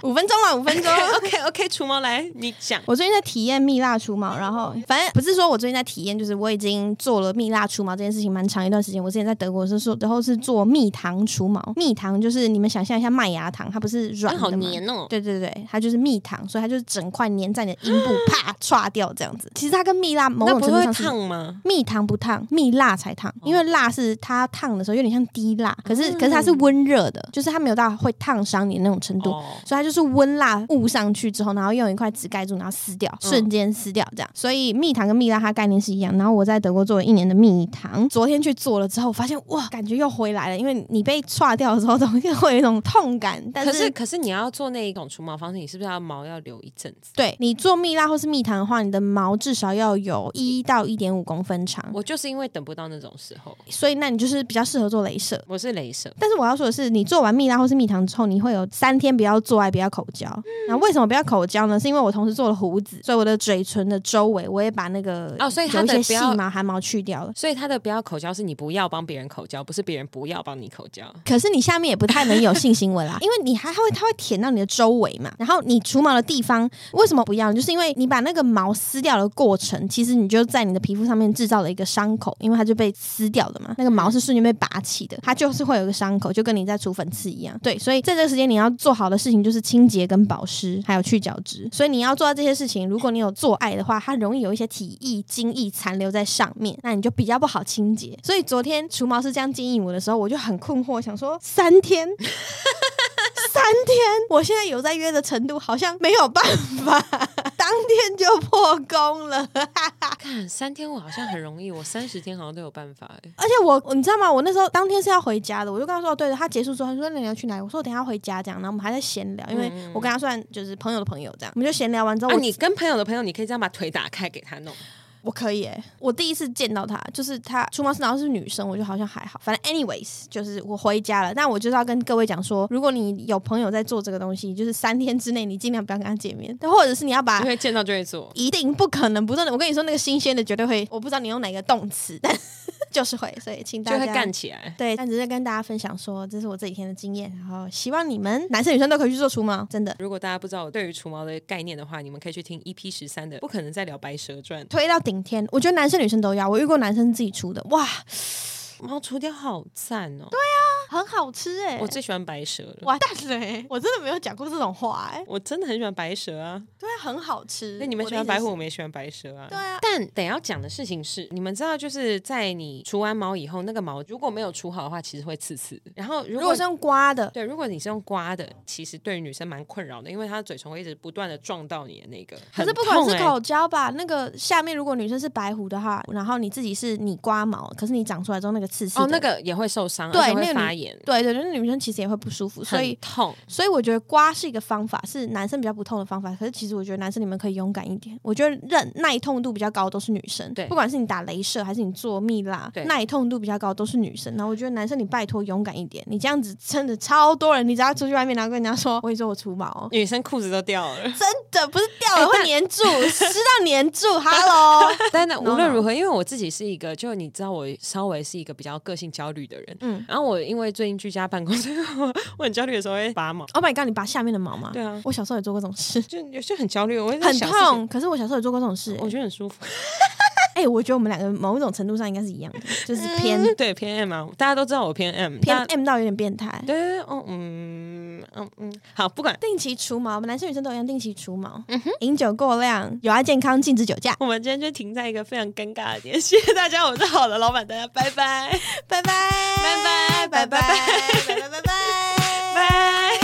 Speaker 2: 五分钟啊了，五 <laughs> 分钟。
Speaker 1: <laughs> OK OK，除毛来，你 <laughs> 讲。
Speaker 2: 我最近在体验蜜蜡除毛，然后反正不是说我最近在体验，就是我已经做了蜜蜡除毛这件事情蛮长一段时间。我之前在德国的时候是，然后是做蜜糖除毛，蜜糖就是你们想象一下麦芽糖，它不是软
Speaker 1: 哎
Speaker 2: 的
Speaker 1: 好
Speaker 2: 吗
Speaker 1: 黏哦
Speaker 2: 对对对，它就是蜜 <gasps> 糖，所以它就是整块粘在你的阴部，啪歘掉这样子。其实它跟蜜蜡某
Speaker 1: 那
Speaker 2: 种
Speaker 1: 不
Speaker 2: 程度
Speaker 1: 会
Speaker 2: 上是
Speaker 1: 烫吗？嗯
Speaker 2: 蜜糖不烫，蜜蜡才烫，
Speaker 1: 哦
Speaker 2: 因为蜡是它烫的时候有点像滴蜡，可
Speaker 1: 嗯
Speaker 2: 是可是它是温热的，就是它没有到会烫伤你的那种程度，
Speaker 1: 哦
Speaker 2: 所以它就是温蜡捂上去之后，然后用一块纸盖住，然后撕掉，
Speaker 1: 嗯
Speaker 2: 瞬间撕掉这样。所以蜜糖跟蜜蜡它概念是一样。然后我在德国做了一年的蜜糖，昨天去做了之后，我发现哇，感觉又回来了，因为你被刷掉的时候，总是会有一种痛感，但
Speaker 1: 可是
Speaker 2: 是。
Speaker 1: 可是你要做那一种除毛方式，你是不是要毛要留一阵子？
Speaker 2: 对你做蜜蜡或是蜜糖的话，你的毛至少要有一到一点五公分长，
Speaker 1: 我就是因为等不到那种时候，
Speaker 2: 所以那你就是比较适合做镭射。
Speaker 1: 我是雷射，
Speaker 2: 但是我要说的是，你做完蜜蜡或是蜜糖之后，你会有三天不要做爱，不要口交。
Speaker 1: 嗯
Speaker 2: 然后为什么不要口交呢？是因为我同时做了胡子，所以我的嘴唇的周围我也把那个
Speaker 1: 哦所以它
Speaker 2: 有一
Speaker 1: 的
Speaker 2: 些
Speaker 1: 不
Speaker 2: 细
Speaker 1: 要
Speaker 2: 毛汗毛去掉了。
Speaker 1: 所以他的不要口交是你不要帮别人口交，不是别人不要帮你口交。
Speaker 2: 可是你下面也不太能有性行为啦，因为你还它会它会舔到你的周围嘛。然后你除毛的地方为什么不要呢？就是因为你把那个毛撕掉的过程，其实你就在你的皮肤上面制造了一个伤口，因为它就被撕掉的嘛。那个毛是瞬间被拔起的，它就是会有一个伤口，就跟你在除粉刺一样。对，所以在这个时间你要做好的事情就是清洁跟保湿，还有去角质。所以你要做到这些事情，如果你有做爱的话，它容易有一些体液、精液残留在上面，那你就比较不好清洁。所以昨天除毛师这样建议我的时候，我就很困惑，想说三天。三天，我现在有在约的程度，好像没有办法， <laughs> 当天就破功了。
Speaker 1: 看三天我好像很容易，我三十天好像都有办法哎、
Speaker 2: 而且我，你知道吗？我那时候当天是要回家的，我就跟他说，哦对的。他结束之后，他说那你要去哪里？我说我等一下回家这样。然后我们还在闲聊，因为我跟他算就是朋友的朋友这样，我们就闲聊完之后，
Speaker 1: 啊，
Speaker 2: 我
Speaker 1: 你跟朋友的朋友，你可以这样把腿打开给他弄。
Speaker 2: 我可以、欸，我第一次见到她，就是她出毛是然后是女生，我就好像还好。反正 anyways，就是我回家了，但我就是要跟各位讲说，如果你有朋友在做这个东西，就是三天之内你尽量不要跟他见面，但或者是你要把
Speaker 1: 因为见到就会做。
Speaker 2: 一定不可能不是我跟你说那个新鲜的绝对会，我不知道你用哪个动词， <laughs> 但就是会，所以请
Speaker 1: 就
Speaker 2: 大
Speaker 1: 会
Speaker 2: 家
Speaker 1: 干起来，
Speaker 2: 对，但只是跟大家分享说，这是我这几天的经验，然后希望你们男生女生都可以去做除毛，真的
Speaker 1: 如果大家不知道我对于除毛的概念的话，你们可以去听 EP 十三的《不可能再聊白蛇传》，
Speaker 2: 推到顶天。我觉得男生女生都要，我遇过男生自己除的，哇，
Speaker 1: 毛除掉好赞哦！
Speaker 2: 很好吃哎、
Speaker 1: 我最喜欢白蛇了，
Speaker 2: 完蛋了、欸，我真的没有讲过这种话哎、
Speaker 1: 我真的很喜欢白蛇啊。
Speaker 2: 对啊，很好吃。
Speaker 1: 那你们
Speaker 2: 我
Speaker 1: 喜
Speaker 2: 的
Speaker 1: 欢
Speaker 2: 意
Speaker 1: 白
Speaker 2: 思
Speaker 1: 虎，
Speaker 2: 是
Speaker 1: 我？们也喜欢白蛇啊。
Speaker 2: 对啊，
Speaker 1: 但得要讲的事情是，你们知道，就是在你除完毛以后，那个毛如果没有除好的话，其实会刺刺的。然后如
Speaker 2: 如
Speaker 1: 果
Speaker 2: 果是用刮的，
Speaker 1: 对，如果你是用刮的，其实对于女生蛮困扰的，因为她的嘴唇会一直不断的撞到你的那个。
Speaker 2: 可
Speaker 1: 很
Speaker 2: 是不管
Speaker 1: 痛
Speaker 2: 是
Speaker 1: 欸
Speaker 2: 口交吧，那个下面如果女生是白狐的话，然后你自己是你刮毛，可是你长出来之后那个刺刺的
Speaker 1: 哦，那个也会受伤，
Speaker 2: 对
Speaker 1: 而且
Speaker 2: 那个
Speaker 1: 会
Speaker 2: 女
Speaker 1: 发炎，
Speaker 2: 对对，那女生其实也会不舒服，所
Speaker 1: 很
Speaker 2: 以。 <laughs>
Speaker 1: 痛。
Speaker 2: 所以我觉得刮是一个方法，是男生比较不痛的方法。可是其实我觉得男生你们可以勇敢一点。我觉得忍耐痛度比较高都是女生，
Speaker 1: 对
Speaker 2: 不管是你打镭射还是你做蜜蜡
Speaker 1: 对，
Speaker 2: 耐痛度比较高都是女生。然后我觉得男生你拜托勇敢一点，你这样子真的超多人，你只要出去外面，然后跟人家说，我跟你说我除
Speaker 1: <laughs>
Speaker 2: 毛哦，
Speaker 1: 女生裤子都掉了，
Speaker 2: 这不是掉
Speaker 1: 哎
Speaker 2: 了会粘住，
Speaker 1: <laughs>
Speaker 2: 湿到粘住。Hello，
Speaker 1: 但呢，
Speaker 2: No,
Speaker 1: 无论
Speaker 2: no
Speaker 1: 如何，因为我自己是一个，就你知道，我稍微是一个比较个性焦虑的人。
Speaker 2: 嗯
Speaker 1: 然后我因为最近居家办公，所以我我很焦虑的时候会拔毛。
Speaker 2: ，Oh my god，你拔下面的毛吗？
Speaker 1: 对啊
Speaker 2: 我小时候也做过这种事，
Speaker 1: 就有些很焦虑，我会在
Speaker 2: 很
Speaker 1: 想事情，
Speaker 2: 痛。可是我小时候也做过这种事、
Speaker 1: 我觉得很舒服。
Speaker 2: 哎、我觉得我们两个某一种程度上应该是一样的，就是偏、
Speaker 1: 对偏 M 啊，大家都知道我偏 M，
Speaker 2: 偏
Speaker 1: 大家
Speaker 2: M 到有点变态。
Speaker 1: 对对对，哦嗯嗯嗯，好，不管
Speaker 2: 定期除毛，我们男生女生都一样，定期除毛。饮酒过量，有害健康，禁止酒驾。
Speaker 1: 我们今天就停在一个非常尴尬的点，谢谢大家，我是好的老板，大家拜拜
Speaker 2: 拜
Speaker 1: 拜
Speaker 2: 拜，
Speaker 1: 拜拜拜
Speaker 2: 拜拜，拜拜，拜拜。
Speaker 1: 拜。